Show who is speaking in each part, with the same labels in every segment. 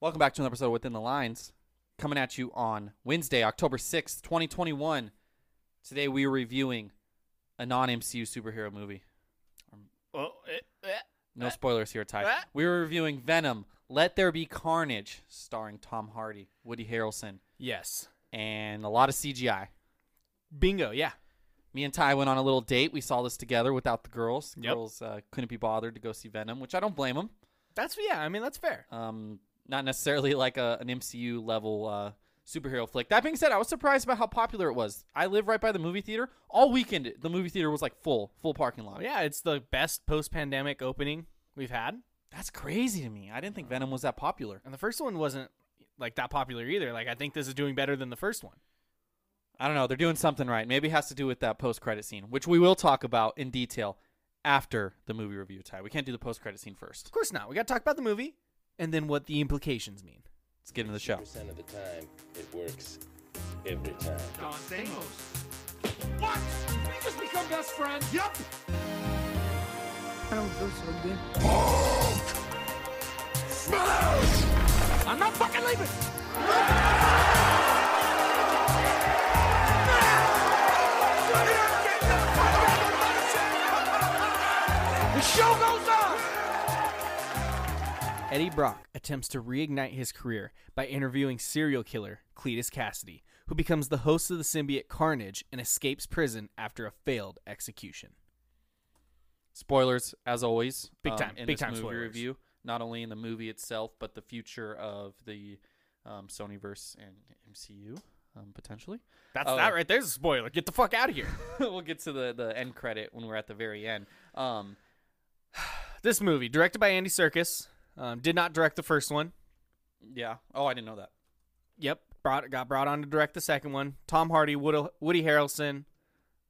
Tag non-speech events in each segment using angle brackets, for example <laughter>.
Speaker 1: Welcome back to another episode of Within the Lines, coming at you on Wednesday, October 6th, 2021. Today we are reviewing a non-MCU superhero movie. No spoilers here, Ty. We were reviewing Venom, Let There Be Carnage, starring Tom Hardy, Woody Harrelson,
Speaker 2: Yes.
Speaker 1: and a lot of CGI.
Speaker 2: Bingo. Yeah.
Speaker 1: Me and Ty went on a little date. We saw this together without the girls. The
Speaker 2: Yep.
Speaker 1: Girls uh, couldn't be bothered to go see Venom, which I don't blame them.
Speaker 2: That's yeah. I mean, that's fair.
Speaker 1: um, not necessarily like a, an MCU level uh, superhero flick. That being said, I was surprised about how popular it was. I live right by the movie theater. All weekend, the movie theater was like full, full parking lot.
Speaker 2: Oh, yeah, it's the best post-pandemic opening we've had,
Speaker 1: that's crazy to me. I didn't think Venom was that popular.
Speaker 2: and the first one wasn't like that popular either. Like, I think this is doing better than the first one.
Speaker 1: I don't know. They're doing something right. Maybe it has to do with that post credit scene, which we will talk about in detail after the movie review. Ty, we can't do the post credit scene first.
Speaker 2: Of course not. We got to talk about the movie and then what the implications mean.
Speaker 1: Let's get into the show.
Speaker 3: percent of the time, it works every time.
Speaker 4: What? We just become best friends? Yep. I don't feel so good. Smoke! I'm not fucking leaving. The show goes on.
Speaker 2: Eddie Brock attempts to reignite his career by interviewing serial killer Cletus Cassidy, who becomes the host of the symbiote Carnage and escapes prison after a failed execution.
Speaker 1: spoilers as always um,
Speaker 2: Big time,
Speaker 1: in
Speaker 2: big
Speaker 1: this
Speaker 2: time
Speaker 1: movie
Speaker 2: spoilers.
Speaker 1: review not only in the movie itself but the future of the um, sonyverse and mcu um, potentially <laughs>
Speaker 2: That's
Speaker 1: Oh.
Speaker 2: that right there's a spoiler. Get the fuck out of here.
Speaker 1: we'll get to the, the end credit when we're at the very end um,
Speaker 2: this movie, directed by Andy Serkis, um, did not direct the first one.
Speaker 1: yeah oh i didn't know that
Speaker 2: Yep, brought got brought on to direct the second one. Tom Hardy, Woody, Woody Harrelson,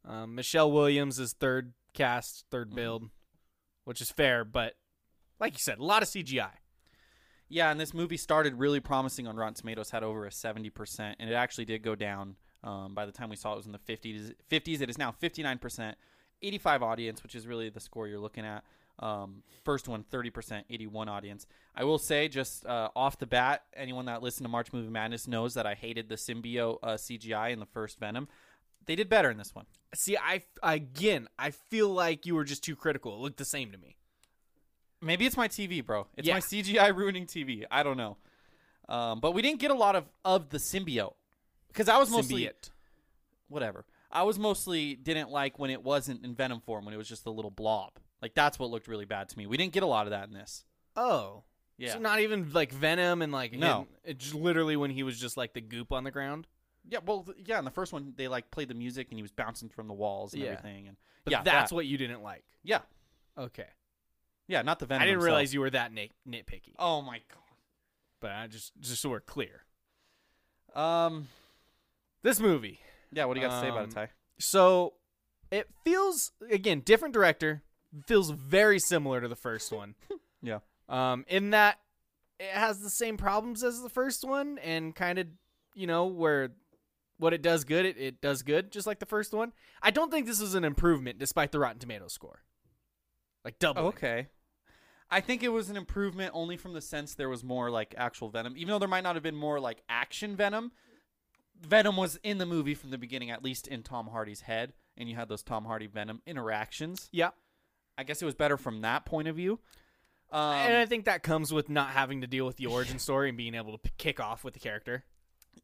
Speaker 2: um, Michelle Williams is third cast, 3rd build, which is fair, but like you said, a lot of CGI.
Speaker 1: yeah and this movie started really promising on rotten tomatoes had over a 70% and it actually did go down um, by the time we saw it was in the 50s 50s it is now 59% 85 audience which is really the score you're looking at um, first one 30% 81 audience i will say just uh, off the bat anyone that listened to march movie madness knows that i hated the symbiote uh, cgi in the first venom they did better in this one
Speaker 2: See, I again, I feel like you were just too critical. It looked the same to me.
Speaker 1: Maybe it's my TV, bro. It's my
Speaker 2: Yeah.
Speaker 1: CGI ruining TV. I don't know. Um, but we didn't get a lot of of the symbiote because I was mostly
Speaker 2: Symbiote.
Speaker 1: whatever. I was mostly didn't like when it wasn't in venom form when it was just a little blob. Like that's what looked really bad to me. We didn't get a lot of that in this.
Speaker 2: Oh,
Speaker 1: Yeah,
Speaker 2: So not even like Venom and like
Speaker 1: No.
Speaker 2: him- it j- literally when he was just like the goop on the ground.
Speaker 1: yeah. Well, th- yeah. In the first one, they like played the music and he was bouncing from the walls and
Speaker 2: Yeah.
Speaker 1: everything. And
Speaker 2: But
Speaker 1: yeah,
Speaker 2: that's
Speaker 1: that.
Speaker 2: what you didn't like.
Speaker 1: Yeah,
Speaker 2: Okay,
Speaker 1: yeah. Not the venom.
Speaker 2: I didn't
Speaker 1: himself.
Speaker 2: realize you were that nit- nitpicky.
Speaker 1: Oh my god.
Speaker 2: But I just just so we're clear,
Speaker 1: Um.
Speaker 2: this movie.
Speaker 1: Yeah. What do you got to say about it,
Speaker 2: Um,
Speaker 1: Ty?
Speaker 2: So it feels again different director feels very similar to the first one.
Speaker 1: <laughs> Yeah.
Speaker 2: um, in that it has the same problems as the first one and kind of you know where what it does good, it, it does good, just like the first one. I don't think this is an improvement despite the Rotten Tomatoes score. Like double.
Speaker 1: Oh, Okay. I think it was an improvement only from the sense there was more like actual Venom. Even though there might not have been more like action Venom, Venom was in the movie from the beginning, at least in Tom Hardy's head, and you had those Tom Hardy Venom interactions.
Speaker 2: Yeah.
Speaker 1: I guess it was better from that point of view. Um,
Speaker 2: and I think that comes with not having to deal with the origin story and being able to p- kick off with the character.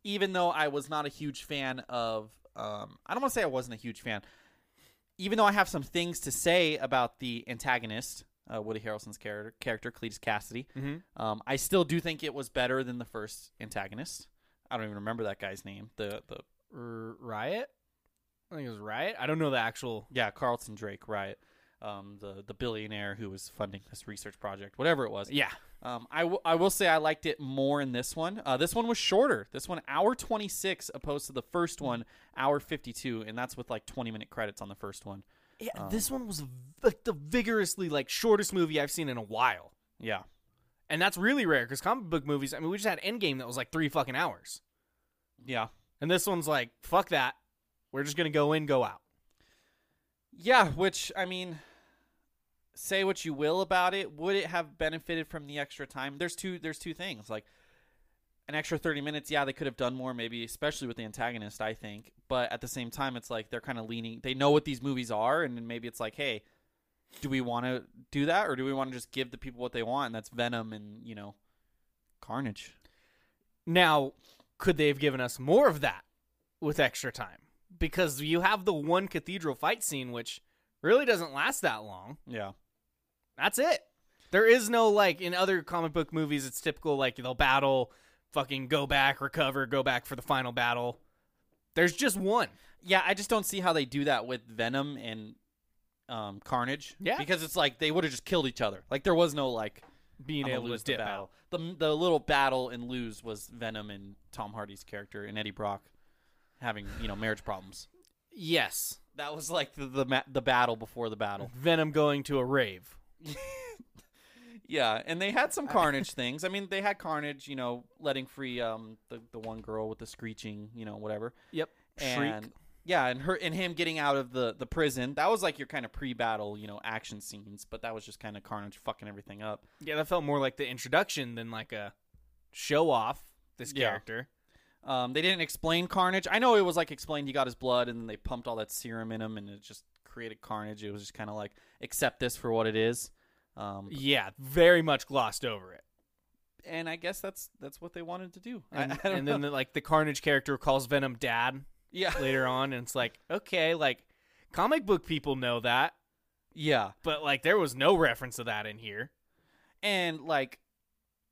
Speaker 1: even though I was not a huge fan of, um, I don't want to say I wasn't a huge fan, even though I have some things to say about the antagonist, uh, Woody Harrelson's character, character Cletus Cassidy, um, I still do think it was better than the first antagonist. I don't even remember that guy's name. The the
Speaker 2: R- Riot? I think it was Riot. I don't know the actual.
Speaker 1: yeah Carlton Drake riot, um, the the billionaire who was funding this research project, whatever it was.
Speaker 2: Yeah.
Speaker 1: Um, I, w- I will say I liked it more in this one. Uh, this one was shorter. This one hour twenty six opposed to the first one hour fifty two, and that's with like twenty minute credits on the first one.
Speaker 2: Yeah, this one was like the vigorously like shortest movie I've seen in a while.
Speaker 1: Yeah,
Speaker 2: And that's really rare because comic book movies, I mean, we just had Endgame that was like three fucking hours.
Speaker 1: yeah,
Speaker 2: And this one's like, fuck that. We're just going to go in, go out.
Speaker 1: yeah. Which I mean, say what you will about it, would it have benefited from the extra time? There's two. There's two things like an extra 30 minutes yeah they could have done more maybe especially with the antagonist i think but at the same time it's like they're kind of leaning they know what these movies are and then maybe it's like hey do we want to do that or do we want to just give the people what they want and that's venom and you know carnage
Speaker 2: Now, could they have given us more of that with extra time? Because you have the one cathedral fight scene, which really doesn't last that long.
Speaker 1: yeah
Speaker 2: That's it. There is no like in other comic book movies, it's typical like they'll battle, fucking go back, recover, go back for the final battle. There's just one.
Speaker 1: yeah i just don't see how they do that with venom and um, carnage
Speaker 2: Yeah.
Speaker 1: because it's like they would have just killed each other like there was no like
Speaker 2: Being
Speaker 1: I'ma
Speaker 2: able to
Speaker 1: lose the
Speaker 2: dip out.
Speaker 1: battle the, the little battle and lose was venom and tom hardy's character and eddie brock having you know marriage problems
Speaker 2: Yes.
Speaker 1: That was like the the, ma- the battle before the battle.
Speaker 2: <laughs> Venom going to a rave.
Speaker 1: Yeah, and they had some carnage
Speaker 2: <laughs>
Speaker 1: things. I mean, they had carnage, you know, letting free um the, the one girl with the screeching, you know, whatever.
Speaker 2: Yep.
Speaker 1: And yeah, and her and him getting out of the the prison. That was like your kind of pre-battle, you know, action scenes, but that was just kind of carnage fucking everything up.
Speaker 2: Yeah, that felt more like the introduction than like a show off this
Speaker 1: Yeah.
Speaker 2: character.
Speaker 1: Um, they didn't explain Carnage. I know it was like explained he got his blood and then they pumped all that serum in him and it just created Carnage. It was just kind of like accept this for what it is. Um,
Speaker 2: Yeah, very much glossed over it.
Speaker 1: and I guess that's that's what they wanted to do. <laughs> I-
Speaker 2: And,
Speaker 1: I don't
Speaker 2: and then
Speaker 1: know.
Speaker 2: the, like the Carnage character calls Venom dad
Speaker 1: yeah,
Speaker 2: later on, and it's like, okay, like comic book people know that,
Speaker 1: <laughs> yeah,
Speaker 2: but like there was no reference of that in here.
Speaker 1: and like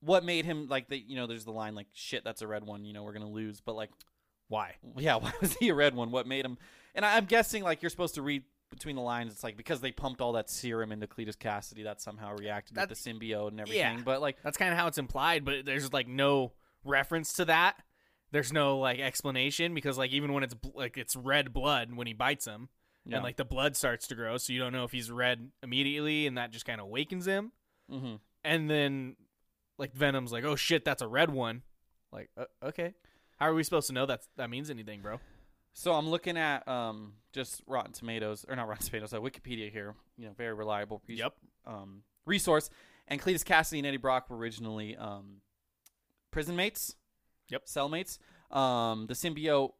Speaker 1: what made him like the you know there's the line like shit that's a red one you know we're gonna lose but like
Speaker 2: Why?
Speaker 1: yeah <laughs> why was he a red one what made him and I, i'm guessing like you're supposed to read between the lines it's like because they pumped all that serum into cletus cassidy that somehow reacted
Speaker 2: That-
Speaker 1: with the symbiote and everything
Speaker 2: yeah.
Speaker 1: but like
Speaker 2: That's kind of how it's implied, but there's like no reference to that. There's no like explanation because like even when it's bl- like it's red blood when he bites him,
Speaker 1: Yeah.
Speaker 2: and like the blood starts to grow, so you don't know if he's red immediately, and that just kind of wakens him.
Speaker 1: mhm.
Speaker 2: And then like Venom's like, oh shit, that's a red one. Like uh, okay, how are we supposed to know that that means anything, bro?
Speaker 1: So I'm looking at um just Rotten Tomatoes or not Rotten Tomatoes, uh, Wikipedia here. You know, very reliable. res-
Speaker 2: Yep.
Speaker 1: Um, resource and Cletus Cassidy and Eddie Brock were originally um prison mates.
Speaker 2: Yep.
Speaker 1: Cellmates. Um, the symbiote.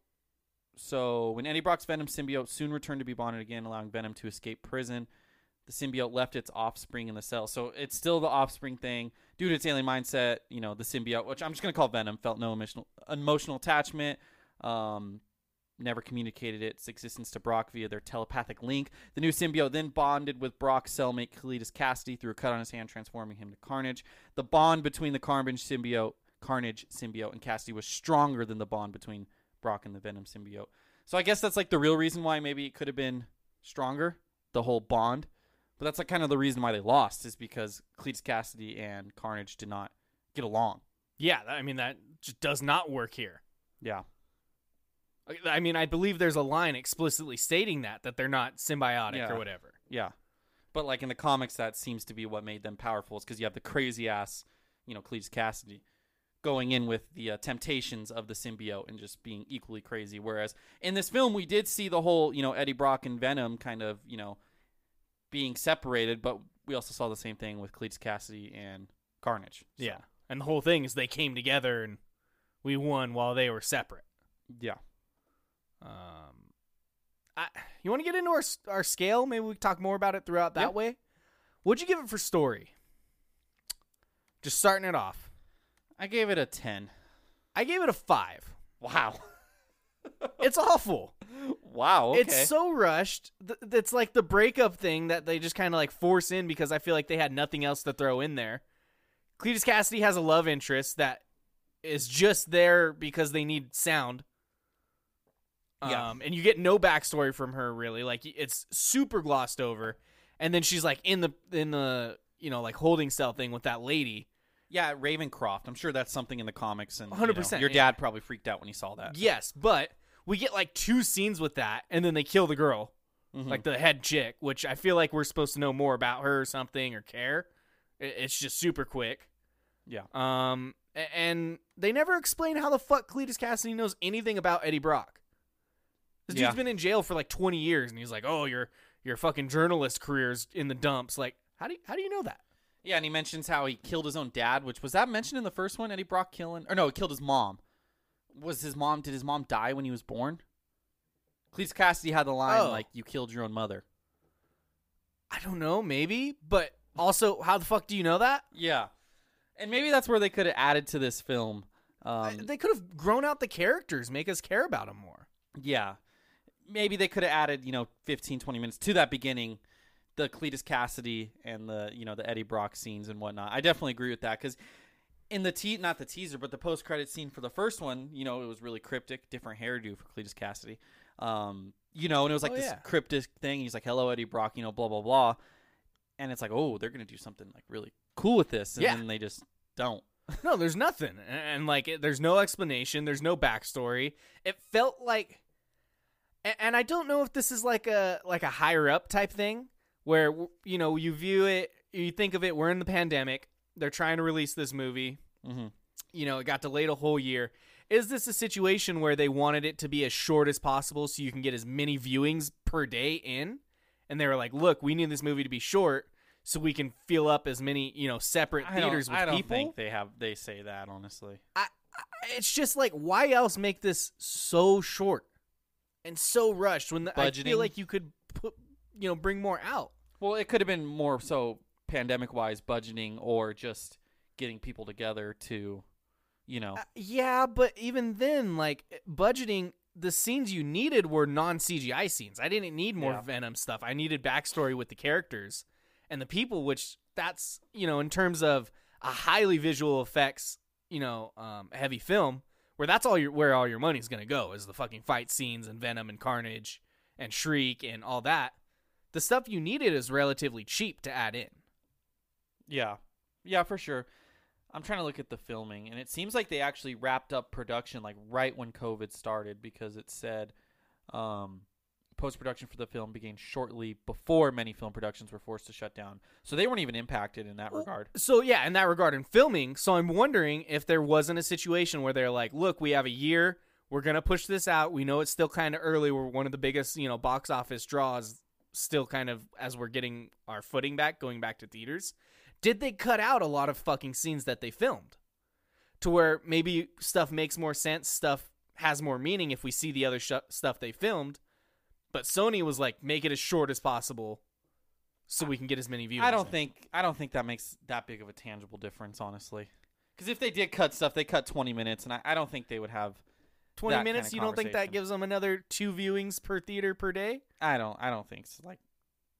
Speaker 1: So when Eddie Brock's Venom symbiote soon returned to be bonded again, allowing Venom to escape prison. The symbiote left its offspring in the cell, so it's still the offspring thing due to its alien mindset. You know, the symbiote, which I'm just gonna call Venom, felt no emotional emotional attachment. Um, never communicated its existence to Brock via their telepathic link. The new symbiote then bonded with Brock's cellmate Kalidas Cassidy through a cut on his hand, transforming him to Carnage. The bond between the Carnage symbiote, Carnage symbiote, and Cassidy was stronger than the bond between Brock and the Venom symbiote. So I guess that's like the real reason why maybe it could have been stronger, the whole bond. But that's like kind of the reason why they lost is because Cletus Cassidy and Carnage did not get along.
Speaker 2: Yeah, that- I mean that just does not work here.
Speaker 1: Yeah.
Speaker 2: I- I mean, I believe there's a line explicitly stating that that they're not symbiotic
Speaker 1: Yeah.
Speaker 2: or whatever.
Speaker 1: Yeah. But like in the comics, that seems to be what made them powerful is because you have the crazy ass, you know, Cleves Cassidy going in with the uh, temptations of the symbiote and just being equally crazy. Whereas in this film, we did see the whole, you know, Eddie Brock and Venom kind of, you know, being separated, but we also saw the same thing with Cletus Cassidy and Carnage. So,
Speaker 2: Yeah. And the whole thing is they came together and we won while they were separate.
Speaker 1: Yeah.
Speaker 2: Um, I, you want to get into our s- our scale? Maybe we can talk more about it throughout that
Speaker 1: Yeah.
Speaker 2: way. What'd you give it for story? Just starting it off,
Speaker 1: I gave it a 10.
Speaker 2: I gave it a five.
Speaker 1: Wow.
Speaker 2: It's awful.
Speaker 1: <laughs> wow. Oh, Okay.
Speaker 2: It's so rushed. Th- It's like the breakup thing that they just kind of like force in because I feel like they had nothing else to throw in there. Cletus Cassidy has a love interest that is just there because they need sound.
Speaker 1: Yeah.
Speaker 2: Um, and you get no backstory from her really. Like it's super glossed over, and then she's like in the in the you know like holding cell thing with that lady.
Speaker 1: yeah, Ravencroft. I'm sure that's something in the comics. And you know,
Speaker 2: 100%,
Speaker 1: your
Speaker 2: yeah.
Speaker 1: dad probably freaked out when he saw that.
Speaker 2: Yes, but we get like two scenes with that, and then they kill the girl,
Speaker 1: Mm-hmm.
Speaker 2: like the head chick, which I feel like we're supposed to know more about her or something or care. I- It's just super quick.
Speaker 1: Yeah.
Speaker 2: Um, a- and they never explain how the fuck Cletus Cassidy knows anything about Eddie Brock. This
Speaker 1: Yeah.
Speaker 2: dude's been in jail for like 20 years, and he's like, "Oh, your your fucking journalist career's in the dumps." Like, how do you, how do you know that?
Speaker 1: Yeah, and he mentions how he killed his own dad, which was that mentioned in the first one? Eddie Brock killing, or no, he killed his mom. Was his mom? Did his mom die when he was born? Cleese Cassidy had the line
Speaker 2: Oh.
Speaker 1: like, "You killed your own mother."
Speaker 2: I don't know, maybe, but also, how the fuck do you know that?
Speaker 1: Yeah, and maybe that's where they could have added to this film.
Speaker 2: I-
Speaker 1: Um,
Speaker 2: they could have grown out the characters, make us care about them more.
Speaker 1: yeah, maybe they could have added you know 15, 20 minutes to that beginning, the Cletus Cassidy and the you know the Eddie Brock scenes and whatnot. I definitely agree with that because in the te- not the teaser, but the post credit scene for the first one, you know, it was really cryptic, different hairdo for Cletus Cassidy. Um, you know, and it was like
Speaker 2: Oh,
Speaker 1: this
Speaker 2: yeah.
Speaker 1: cryptic thing. He's like, "Hello, Eddie Brock," you know, blah blah blah, and it's like, "Oh, they're gonna do something like really cool with this," and
Speaker 2: Yeah.
Speaker 1: then they just don't.
Speaker 2: No, there's nothing, and, and like, it, there's no explanation, there's no backstory. It felt like, and, and I don't know if this is like a like a higher up type thing where you know you view it, you think of it. We're in the pandemic. They're trying to release this movie.
Speaker 1: Mm-hmm.
Speaker 2: You know, it got delayed a whole year. Is this a situation where they wanted it to be as short as possible so you can get as many viewings per day in? And they were like, "Look, we need this movie to be short." So we can fill up as many, you know, separate
Speaker 1: I don't,
Speaker 2: theaters with
Speaker 1: I don't
Speaker 2: people.
Speaker 1: think they have they say that honestly.
Speaker 2: I, I it's just like why else make this so short and so rushed when the, I
Speaker 1: Budgeting.
Speaker 2: feel like you could put you know bring more out.
Speaker 1: Well, it could have been more so pandemic wise budgeting or just getting people together to, you know,
Speaker 2: Uh, yeah, but even then, like eh, budgeting, the scenes you needed were non CGI scenes. I didn't need more
Speaker 1: Yeah.
Speaker 2: Venom stuff. I needed backstory with the characters and the people, which that's you know in terms of a highly visual effects, you know, um, heavy film where that's all your where all your money's gonna go is the fucking fight scenes and Venom and Carnage and Shriek and all that. The stuff you needed is relatively cheap to add in.
Speaker 1: yeah, yeah, for sure. I'm trying to look at the filming, and it seems like they actually wrapped up production like right when COVID started because it said um, post production for the film began shortly before many film productions were forced to shut down. So they weren't even impacted in that regard.
Speaker 2: So yeah, in that regard, in filming, so I'm wondering if there wasn't a situation where they're like, "Look, we have a year. We're gonna push this out. We know it's still kind of early. We're one of the biggest, you know, box office draws. Still kind of as we're getting our footing back, going back to theaters. Did they cut out a lot of fucking scenes that they filmed, to where maybe stuff makes more sense, stuff has more meaning if we see the other sh- stuff they filmed. But Sony was like, make it as short as possible, so we can get as many views.
Speaker 1: I don't think I don't think that makes that big of a tangible difference, honestly. Because if they did cut stuff, they cut 20 minutes, and I, I don't think they would have
Speaker 2: 20
Speaker 1: that
Speaker 2: minutes
Speaker 1: kinda
Speaker 2: you don't think that
Speaker 1: conversation.
Speaker 2: gives them another two viewings per theater per day
Speaker 1: I don't. I don't think so. like.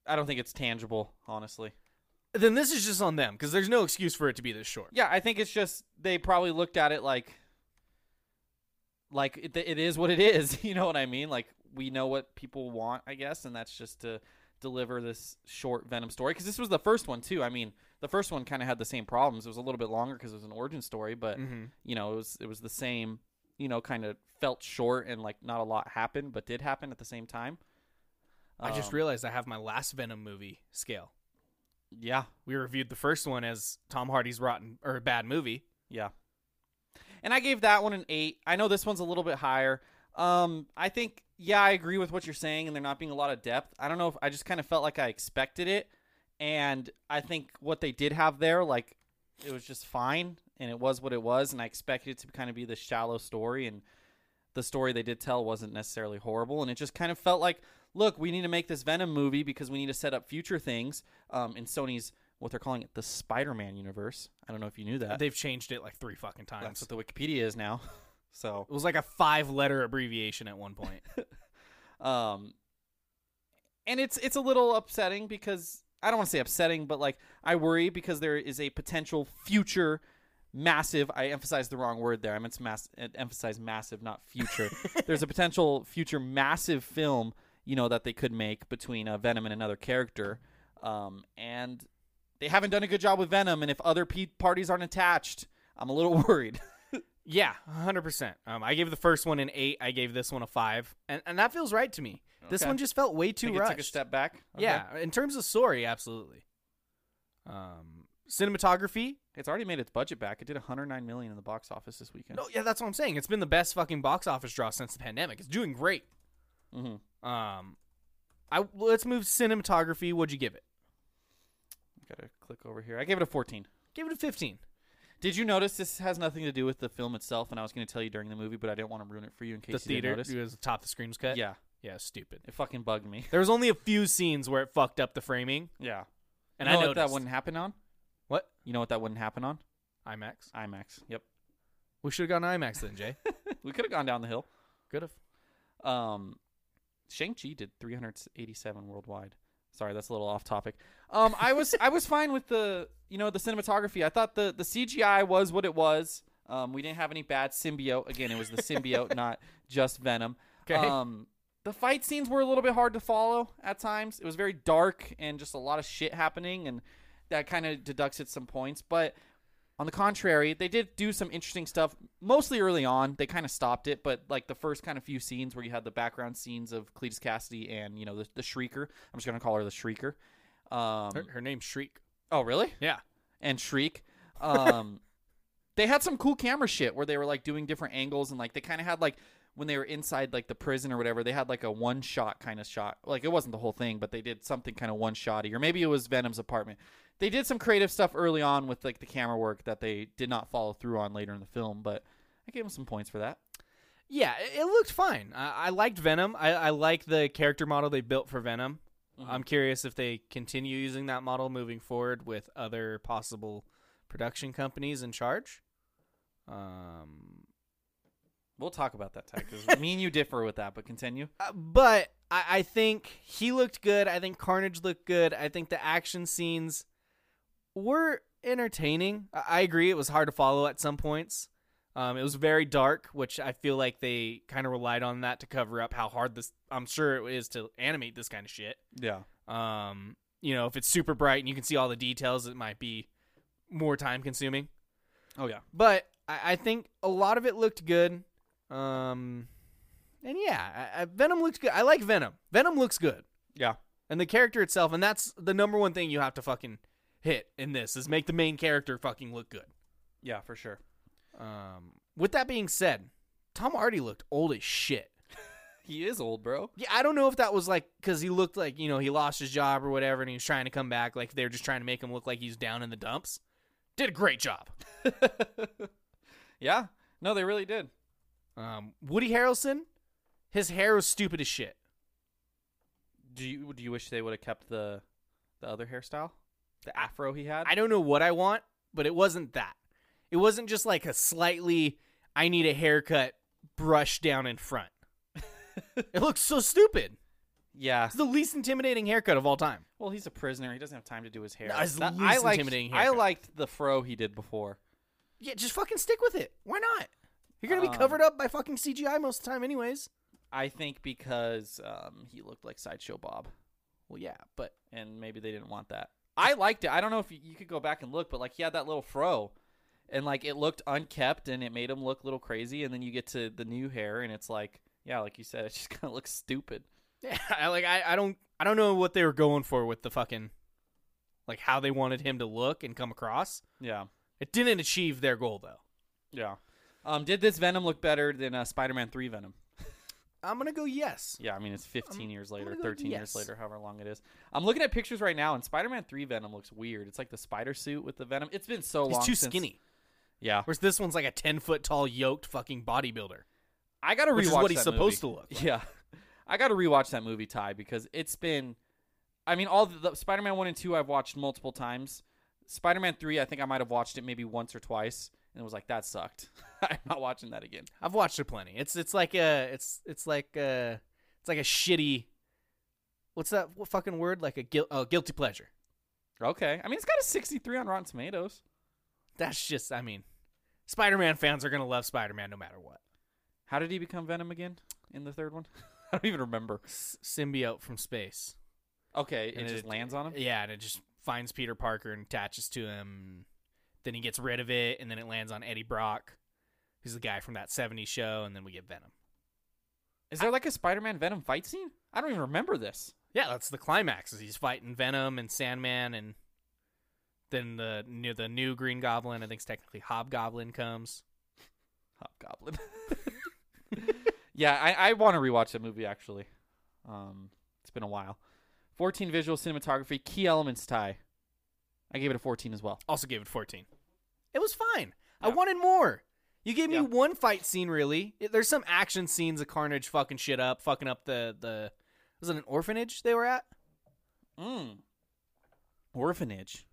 Speaker 1: I don't think it's tangible, honestly.
Speaker 2: then this is just on them because there's no excuse for it to be this short
Speaker 1: Yeah, I think it's just they probably looked at it like, like it, it is what it is. <laughs> You know what I mean? Like we know what people want, I guess, and that's just to deliver this short Venom story. Because this was the first one too. I mean, the first one kind of had the same problems. It was a little bit longer because it was an origin story, but
Speaker 2: Mm-hmm.
Speaker 1: you know, it was it was the same. You know, kind of felt short and like not a lot happened, but did happen at the same time.
Speaker 2: i just
Speaker 1: Um,
Speaker 2: realized i have my last venom movie scale
Speaker 1: yeah,
Speaker 2: we reviewed the first one as tom hardy's rotten or bad movie
Speaker 1: Yeah. And I gave that one an eight. I know this one's a little bit higher. Um, I think yeah, I agree with what you're saying, and there not being a lot of depth. I don't know if I just kind of felt like I expected it, and I think what they did have there, like it was just fine, and it was what it was, and I expected it to kind of be the shallow story, and the story they did tell wasn't necessarily horrible, and it just kind of felt like, look, we need to make this Venom movie because we need to set up future things um, in Sony's what they're calling it the Spider-Man universe. I don't know if you knew that.
Speaker 2: They've changed it like three fucking times.
Speaker 1: That's what the Wikipedia is now. <laughs> so,
Speaker 2: it was like a five letter abbreviation at one <laughs> point.
Speaker 1: um, and it's it's a little upsetting because I don't want to say upsetting, but like I worry because there is a potential future massive. I emphasized the wrong word there. I meant to mass, emphasize massive, not
Speaker 2: <laughs>
Speaker 1: future. There's a potential future massive film, you know, that they could make between uh, Venom and another character, um, and they haven't done a good job with Venom. And if other pe- parties aren't attached, I'm a little <laughs> worried.
Speaker 2: yeah, 100%. Um, I gave the first one an eight. I gave this one a five. And, and that feels right to me. This
Speaker 1: Okay.
Speaker 2: one just felt way too
Speaker 1: Think it
Speaker 2: rushed.
Speaker 1: Took a step back. Okay.
Speaker 2: Yeah, in terms of story, absolutely. Um, cinematography.
Speaker 1: It's already made its budget back. It did 109 million in the box office this weekend.
Speaker 2: No, yeah, that's what I'm saying. It's been the best fucking box office draw since the pandemic. It's doing great.
Speaker 1: Mhm.
Speaker 2: Um, I let's move to cinematography. What'd you give it?
Speaker 1: Gotta click over here. I gave it a 14.
Speaker 2: Give it a 15.
Speaker 1: Did you notice this has nothing to do with the film itself? And I was going to tell you during the movie, but I didn't want to ruin it for you in case
Speaker 2: The
Speaker 1: you
Speaker 2: theater
Speaker 1: didn't
Speaker 2: it
Speaker 1: notice.
Speaker 2: was the top of the screen was cut.
Speaker 1: Yeah,
Speaker 2: yeah, stupid.
Speaker 1: it fucking bugged
Speaker 2: <laughs>
Speaker 1: me.
Speaker 2: There was only a few scenes where it fucked up the framing,
Speaker 1: Yeah, you
Speaker 2: and
Speaker 1: know
Speaker 2: I
Speaker 1: what
Speaker 2: noticed
Speaker 1: that wouldn't happen on.
Speaker 2: What
Speaker 1: You know what that wouldn't happen on?
Speaker 2: IMAX?
Speaker 1: IMAX. Yep, <laughs>
Speaker 2: We should have gone IMAX then, Jay.
Speaker 1: we could have gone down the hill.
Speaker 2: Could have.
Speaker 1: Um, Shang Chi did 387 worldwide. Sorry, that's a little off topic. Um, I was I was fine with the you know the cinematography. I thought the the CGI was what it was. Um, we didn't have any bad symbiote. Again, it was the symbiote, not just Venom.
Speaker 2: 'Kay.
Speaker 1: Um, the fight scenes were a little bit hard to follow at times. It was very dark and just a lot of shit happening, and that kind of deducts it some points. But on the contrary, they did do some interesting stuff, mostly early on. They kind of stopped it, but like the first kind of few scenes where you had the background scenes of Cletus Cassidy and, you know, the, the Shrieker. I'm just going to call her the Shrieker. Um,
Speaker 2: Her, her name's Shriek.
Speaker 1: oh, really?
Speaker 2: Yeah,
Speaker 1: And Shriek. Um, <laughs> they had some cool camera shit where they were like doing different angles and like they kind of had like when they were inside like the prison or whatever, they had like a one shot kind of shot. Like it wasn't the whole thing, but they did something kind of one shotty, or maybe it was Venom's apartment. They did some creative stuff early on with like the camera work that they did not follow through on later in the film, but I gave them some points for that.
Speaker 2: Yeah, it- it looked fine. I, I liked Venom. I, I like the character model they built for Venom. I'm curious if they continue using that model moving forward with other possible production companies in charge. Um,
Speaker 1: We'll talk about that, Ty, 'cause me and you differ with that, but continue.
Speaker 2: uh, but I, I think he looked good. I think Carnage looked good. I think the action scenes were entertaining. I, I agree. It was hard to follow at some points. Um, it was very dark, which I feel like they kind of relied on that to cover up how hard this. I'm sure it is to animate this kind of shit.
Speaker 1: Yeah.
Speaker 2: Um, you know, if it's super bright and you can see all the details, it might be more time consuming.
Speaker 1: Oh, yeah.
Speaker 2: But I, I think a lot of it looked good. Um, and yeah, I, I, Venom looks good. I like Venom. Venom looks good,
Speaker 1: Yeah.
Speaker 2: and the character itself, and that's the number one thing you have to fucking hit in this is make the main character fucking look good.
Speaker 1: Yeah, for sure.
Speaker 2: Um, with that being said, Tom Hardy looked old as shit.
Speaker 1: He is old, bro.
Speaker 2: Yeah, I don't know if that was like because he looked like you know he lost his job or whatever, and he was trying to come back. Like they were just trying to make him look like he's down in the dumps. Did a great job.
Speaker 1: Yeah. No, they really did.
Speaker 2: Um, Woody Harrelson, his hair was stupid as shit.
Speaker 1: Do you do you wish they would have kept the the other hairstyle, the afro he had?
Speaker 2: I don't know what I want, but it wasn't that. It wasn't just like a slightly I need a haircut brush down in <laughs> front. it looks so stupid.
Speaker 1: yeah.
Speaker 2: It's the least intimidating haircut of all time.
Speaker 1: Well, he's a prisoner. He doesn't have time to do his hair.
Speaker 2: No, it's the
Speaker 1: I
Speaker 2: least
Speaker 1: liked,
Speaker 2: intimidating
Speaker 1: I
Speaker 2: haircut.
Speaker 1: liked the fro he did before.
Speaker 2: Yeah, just fucking stick with it. Why not? You're gonna be
Speaker 1: Um,
Speaker 2: covered up by fucking CGI most of the time, anyways.
Speaker 1: I think because um, he looked like sideshow Bob,
Speaker 2: Well, yeah, but
Speaker 1: and maybe they didn't want that. I liked it. I don't know if you, you could go back and look, but like he had that little fro, and like it looked unkept, and it made him look a little crazy. And then you get to the new hair, and it's like, yeah, like you said, <laughs> it just kind of looks stupid.
Speaker 2: yeah, <laughs> I, like I, I don't, I don't know what they were going for with the fucking, like how they wanted him to look and come across.
Speaker 1: Yeah,
Speaker 2: It didn't achieve their goal though.
Speaker 1: yeah. Um, did this Venom look better than uh, Spider-Man Three Venom?
Speaker 2: I'm gonna go yes.
Speaker 1: Yeah, I mean
Speaker 2: Um,
Speaker 1: it's 15 years later,
Speaker 2: gonna go
Speaker 1: 13 years
Speaker 2: yes.
Speaker 1: later, however long it is. I'm looking at pictures right now, and Spider-Man Three Venom looks weird. It's like the spider suit with the Venom. It's been so long.
Speaker 2: He's too
Speaker 1: since-
Speaker 2: skinny.
Speaker 1: Yeah,
Speaker 2: Whereas this one's like a ten foot tall yoked fucking bodybuilder.
Speaker 1: I gotta rewatch
Speaker 2: Which is what he's
Speaker 1: that
Speaker 2: supposed
Speaker 1: movie.
Speaker 2: to look
Speaker 1: Yeah, <laughs> I gotta rewatch that movie, Ty, because it's been. I mean, all the, the Spider-Man one and two I've watched multiple times. Spider-Man three, I think I might have watched it maybe once or twice, and was like, that sucked. <laughs> I'm not watching that again.
Speaker 2: I've watched it plenty. It's it's like a it's it's like a it's like a shitty. What's that what fucking word? Like a guil- oh, guilty pleasure.
Speaker 1: Okay, I mean it's got a 63 on Rotten Tomatoes.
Speaker 2: That's just I mean, Spider Man fans are gonna love Spider Man no matter what.
Speaker 1: How did he become Venom again in the third one? <laughs> I don't even remember.
Speaker 2: S- symbiote from space.
Speaker 1: Okay, it just lands on him.
Speaker 2: Yeah, and it just finds Peter Parker and attaches to him. Then he gets rid of it, and then it lands on Eddie Brock, who's the guy from that '70s show, and then we get Venom.
Speaker 1: Is there like a Spider-Man Venom fight scene? I don't even remember this.
Speaker 2: Yeah, that's the climax. Is he's fighting Venom and Sandman, and then the new the new Green Goblin. I think it's technically Hobgoblin comes.
Speaker 1: Hobgoblin. <laughs> yeah, I, I want to rewatch that movie actually. Um, it's been a while. 14 visual cinematography, key elements tie. I gave it a 14 as well.
Speaker 2: Also gave it 14. It was fine. I wanted more. You gave me
Speaker 1: Yeah.
Speaker 2: one fight scene, really. It- There's some action scenes of Carnage fucking shit up, fucking up the the. Was it an orphanage they were at?
Speaker 1: Mm. Orphanage.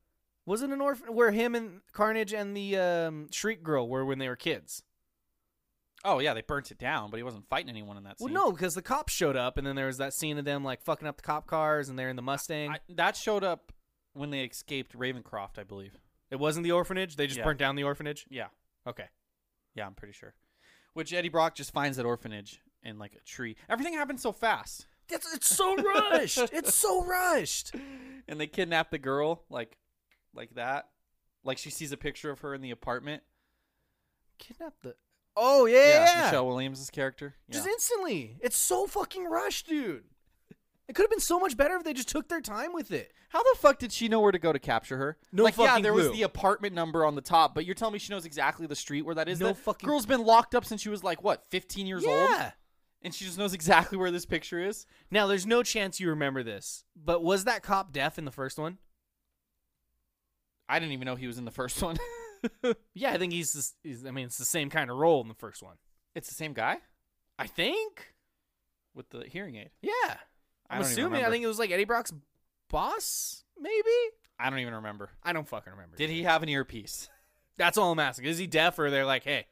Speaker 2: Was it an orphan where him and Carnage and the um, Shriek Girl were when they were kids?
Speaker 1: Oh yeah, they burnt it down, but he wasn't fighting anyone in that scene.
Speaker 2: Well, no, because the cops showed up, and then there was that scene of them like fucking up the cop cars, and they're in the Mustang.
Speaker 1: I, that showed up when they escaped Ravencroft, I believe.
Speaker 2: it wasn't the orphanage. They just
Speaker 1: Yeah.
Speaker 2: burnt down the orphanage.
Speaker 1: Yeah,
Speaker 2: Okay.
Speaker 1: yeah, I'm pretty sure. Which Eddie Brock just finds that orphanage in like a tree. Everything happened so fast.
Speaker 2: That's, it's so rushed.
Speaker 1: <laughs>
Speaker 2: it's so rushed.
Speaker 1: and they kidnap the girl like like that like she sees a picture of her in the apartment
Speaker 2: Kidnap the. Oh yeah.
Speaker 1: michelle williams' character
Speaker 2: Just
Speaker 1: Yeah.
Speaker 2: instantly. It's so fucking rushed, dude. It could have been so much better if they just took their time with it.
Speaker 1: how the fuck did she know where to go to capture her
Speaker 2: No
Speaker 1: like yeah
Speaker 2: fucking
Speaker 1: there was
Speaker 2: clue.
Speaker 1: the apartment number on the top but you're telling me she knows exactly the street where that is
Speaker 2: No
Speaker 1: That
Speaker 2: fucking-
Speaker 1: girl's been locked up since she was like what 15 years old
Speaker 2: Yeah.
Speaker 1: and she just knows exactly where this picture is
Speaker 2: Now there's no chance you remember this, but was that cop deaf in the first one?
Speaker 1: i didn't even know he was in the first
Speaker 2: <laughs>
Speaker 1: one
Speaker 2: Yeah, I think he's. This, he's I mean, it's the same kind of role in the first one.
Speaker 1: it's the same guy
Speaker 2: I think.
Speaker 1: with the hearing aid
Speaker 2: Yeah.
Speaker 1: I
Speaker 2: I'm
Speaker 1: don't even
Speaker 2: assuming. I
Speaker 1: remember.
Speaker 2: think it was like Eddie Brock's boss, maybe.
Speaker 1: i don't even remember
Speaker 2: I don't fucking remember.
Speaker 1: did he have an earpiece
Speaker 2: That's all I'm asking. Is he deaf, or they're like, hey,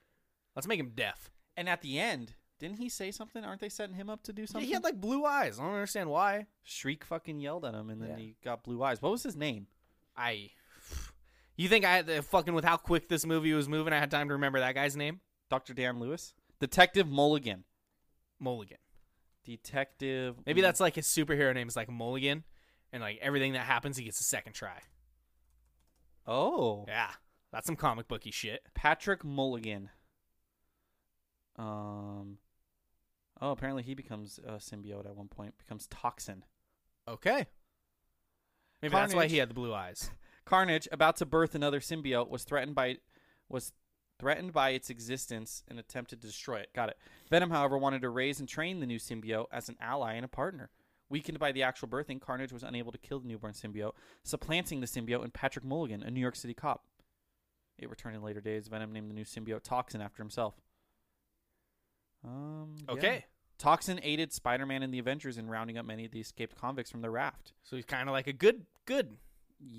Speaker 2: let's make him deaf?
Speaker 1: and at the end didn't he say something aren't they setting him up to do
Speaker 2: Yeah,
Speaker 1: something
Speaker 2: he had like blue eyes. I don't understand why.
Speaker 1: Shriek fucking yelled at him, and then
Speaker 2: Yeah.
Speaker 1: he got blue eyes. What was his name?
Speaker 2: I. You think I had the fucking with how quick this movie was moving? I had time to remember that guy's name.
Speaker 1: Doctor Dan Lewis, Detective Mulligan.
Speaker 2: Mulligan.
Speaker 1: Detective.
Speaker 2: Maybe that's like his superhero name is like Mulligan, and like everything that happens, he gets a second try.
Speaker 1: Oh,
Speaker 2: Yeah, that's some comic booky shit.
Speaker 1: Patrick Mulligan. Um. Oh, apparently he becomes a symbiote at one point. Becomes toxin.
Speaker 2: Okay. Maybe that's why
Speaker 1: Carnage.
Speaker 2: he had the blue eyes.
Speaker 1: Carnage, about to birth another symbiote, was threatened by was threatened by its existence and attempted to destroy it. Got it. Venom, however, wanted to raise and train the new symbiote as an ally and a partner. Weakened by the actual birthing, Carnage was unable to kill the newborn symbiote, supplanting the symbiote in Patrick Mulligan, a New York City cop. It returned in later days. Venom named the new symbiote Toxin after himself. Um, yeah.
Speaker 2: Okay.
Speaker 1: Toxin aided Spider-Man and the Avengers in rounding up many of the escaped convicts from the raft.
Speaker 2: So he's kind of like a good, good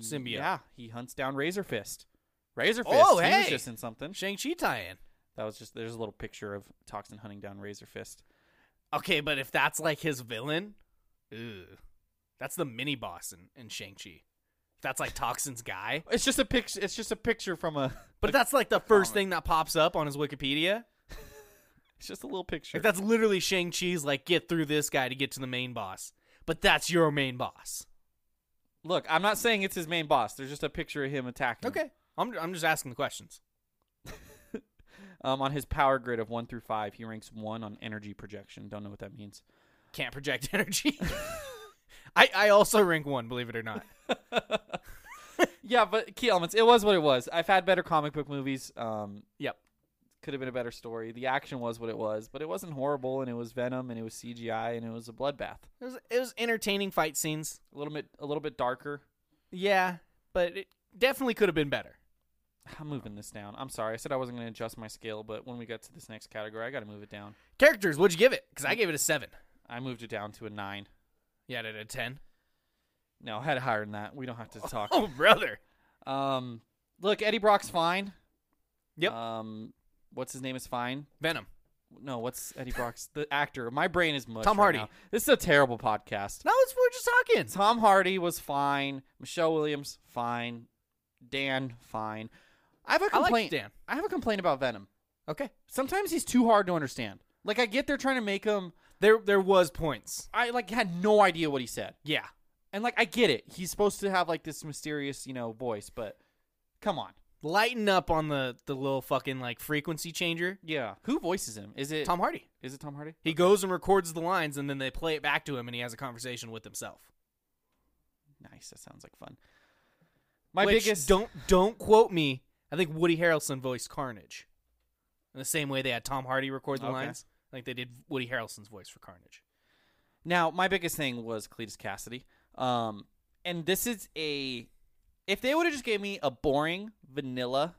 Speaker 2: Symbiote.
Speaker 1: Yeah, he hunts down Razor Fist. Razor Fist.
Speaker 2: Oh,
Speaker 1: he was
Speaker 2: hey!
Speaker 1: just in something.
Speaker 2: Shang Chi tie-in.
Speaker 1: That was just there's a little picture of Toxin hunting down Razor Fist.
Speaker 2: Okay, but if that's like his villain, ugh, that's the mini boss in, in Shang Chi. That's like Toxin's guy.
Speaker 1: It's just a picture. It's just a picture from a. <laughs>
Speaker 2: But if that's like the first thing that pops up on his Wikipedia.
Speaker 1: It's just a little picture.
Speaker 2: Like that's literally Shang Chi's like get through this guy to get to the main boss. But that's your main boss.
Speaker 1: Look, I'm not saying it's his main boss. There's just a picture of him attacking.
Speaker 2: Okay. I'm I'm just asking the questions.
Speaker 1: Um, on his power grid of one through five, he ranks one on energy projection. Don't know what that means.
Speaker 2: Can't project <laughs> energy. I I also rank one, believe it or not.
Speaker 1: Yeah, but key elements. It was what it was. I've had better comic book movies. Um,
Speaker 2: Yep.
Speaker 1: could have been a better story. The action was what it was, but it wasn't horrible, and it was Venom, and it was CGI, and it was a bloodbath.
Speaker 2: It was, it was entertaining fight scenes.
Speaker 1: A little bit, a little bit darker. <sighs>
Speaker 2: Yeah, but it definitely could have been better.
Speaker 1: I'm
Speaker 2: Oh.
Speaker 1: moving this down. I'm sorry. I said I wasn't going to adjust my scale, but when we got to this next category, I got to move it down.
Speaker 2: Characters, what'd you give it? Because I gave it a seven.
Speaker 1: I moved it down to a nine.
Speaker 2: Yeah, did a ten.
Speaker 1: No, I had it higher than that. We don't have to talk.
Speaker 2: <laughs> Oh, brother.
Speaker 1: Um, look, Eddie Brock's fine.
Speaker 2: Yep.
Speaker 1: Um, what's his name is fine.
Speaker 2: Venom.
Speaker 1: No, what's Eddie Brock's the actor? My brain is mush.
Speaker 2: Tom
Speaker 1: right
Speaker 2: Hardy.
Speaker 1: now. This is a terrible podcast.
Speaker 2: No, it's we're just talking.
Speaker 1: Tom Hardy was fine. Michelle Williams fine. Dan fine. I have a
Speaker 2: I liked
Speaker 1: complaint.
Speaker 2: Dan.
Speaker 1: I have a complaint about Venom.
Speaker 2: Okay.
Speaker 1: Sometimes he's too hard to understand. Like I get they're trying to make him.
Speaker 2: There, there was points.
Speaker 1: I like had no idea what he said.
Speaker 2: Yeah.
Speaker 1: And like I get it. He's supposed to have like this mysterious, you know, voice, but come on.
Speaker 2: Lighten up on the the little fucking like frequency changer.
Speaker 1: Yeah. Who voices him? Is it
Speaker 2: Tom Hardy.
Speaker 1: Is it Tom Hardy?
Speaker 2: He goes and records the lines, and then they play it back to him, and he has a conversation with himself.
Speaker 1: Nice. That sounds like fun. My
Speaker 2: Which,
Speaker 1: biggest
Speaker 2: Don't don't quote me. I think Woody Harrelson voiced Carnage. In the same way they had Tom Hardy record the
Speaker 1: Okay.
Speaker 2: lines, like they did Woody Harrelson's voice for Carnage.
Speaker 1: Now, my biggest thing was Cletus Cassidy. Um, and this is a if they would have just gave me a boring vanilla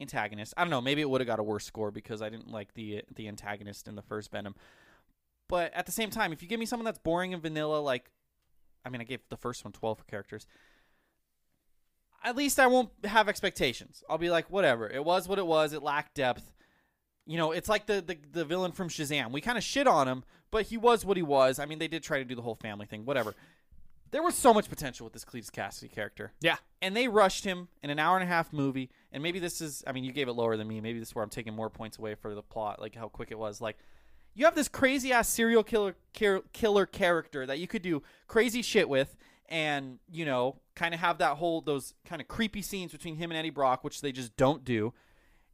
Speaker 1: antagonist, I don't know, maybe it would have got a worse score because I didn't like the the antagonist in the first Venom. But at the same time, if you give me someone that's boring and vanilla, like I mean, I gave the first one 12 for characters. At least I won't have expectations. I'll be like, whatever. It was what it was. It lacked depth. You know, it's like the the, the villain from Shazam. We kind of shit on him, but he was what he was. I mean, they did try to do the whole family thing, whatever. There was so much potential with this Cletus Cassidy character.
Speaker 2: Yeah.
Speaker 1: And they rushed him in an hour and a half movie. And maybe this is, I mean, you gave it lower than me. Maybe this is where I'm taking more points away for the plot, like how quick it was. Like, you have this crazy ass serial killer car- killer character that you could do crazy shit with and you know kind of have that whole those kind of creepy scenes between him and Eddie Brock which they just don't do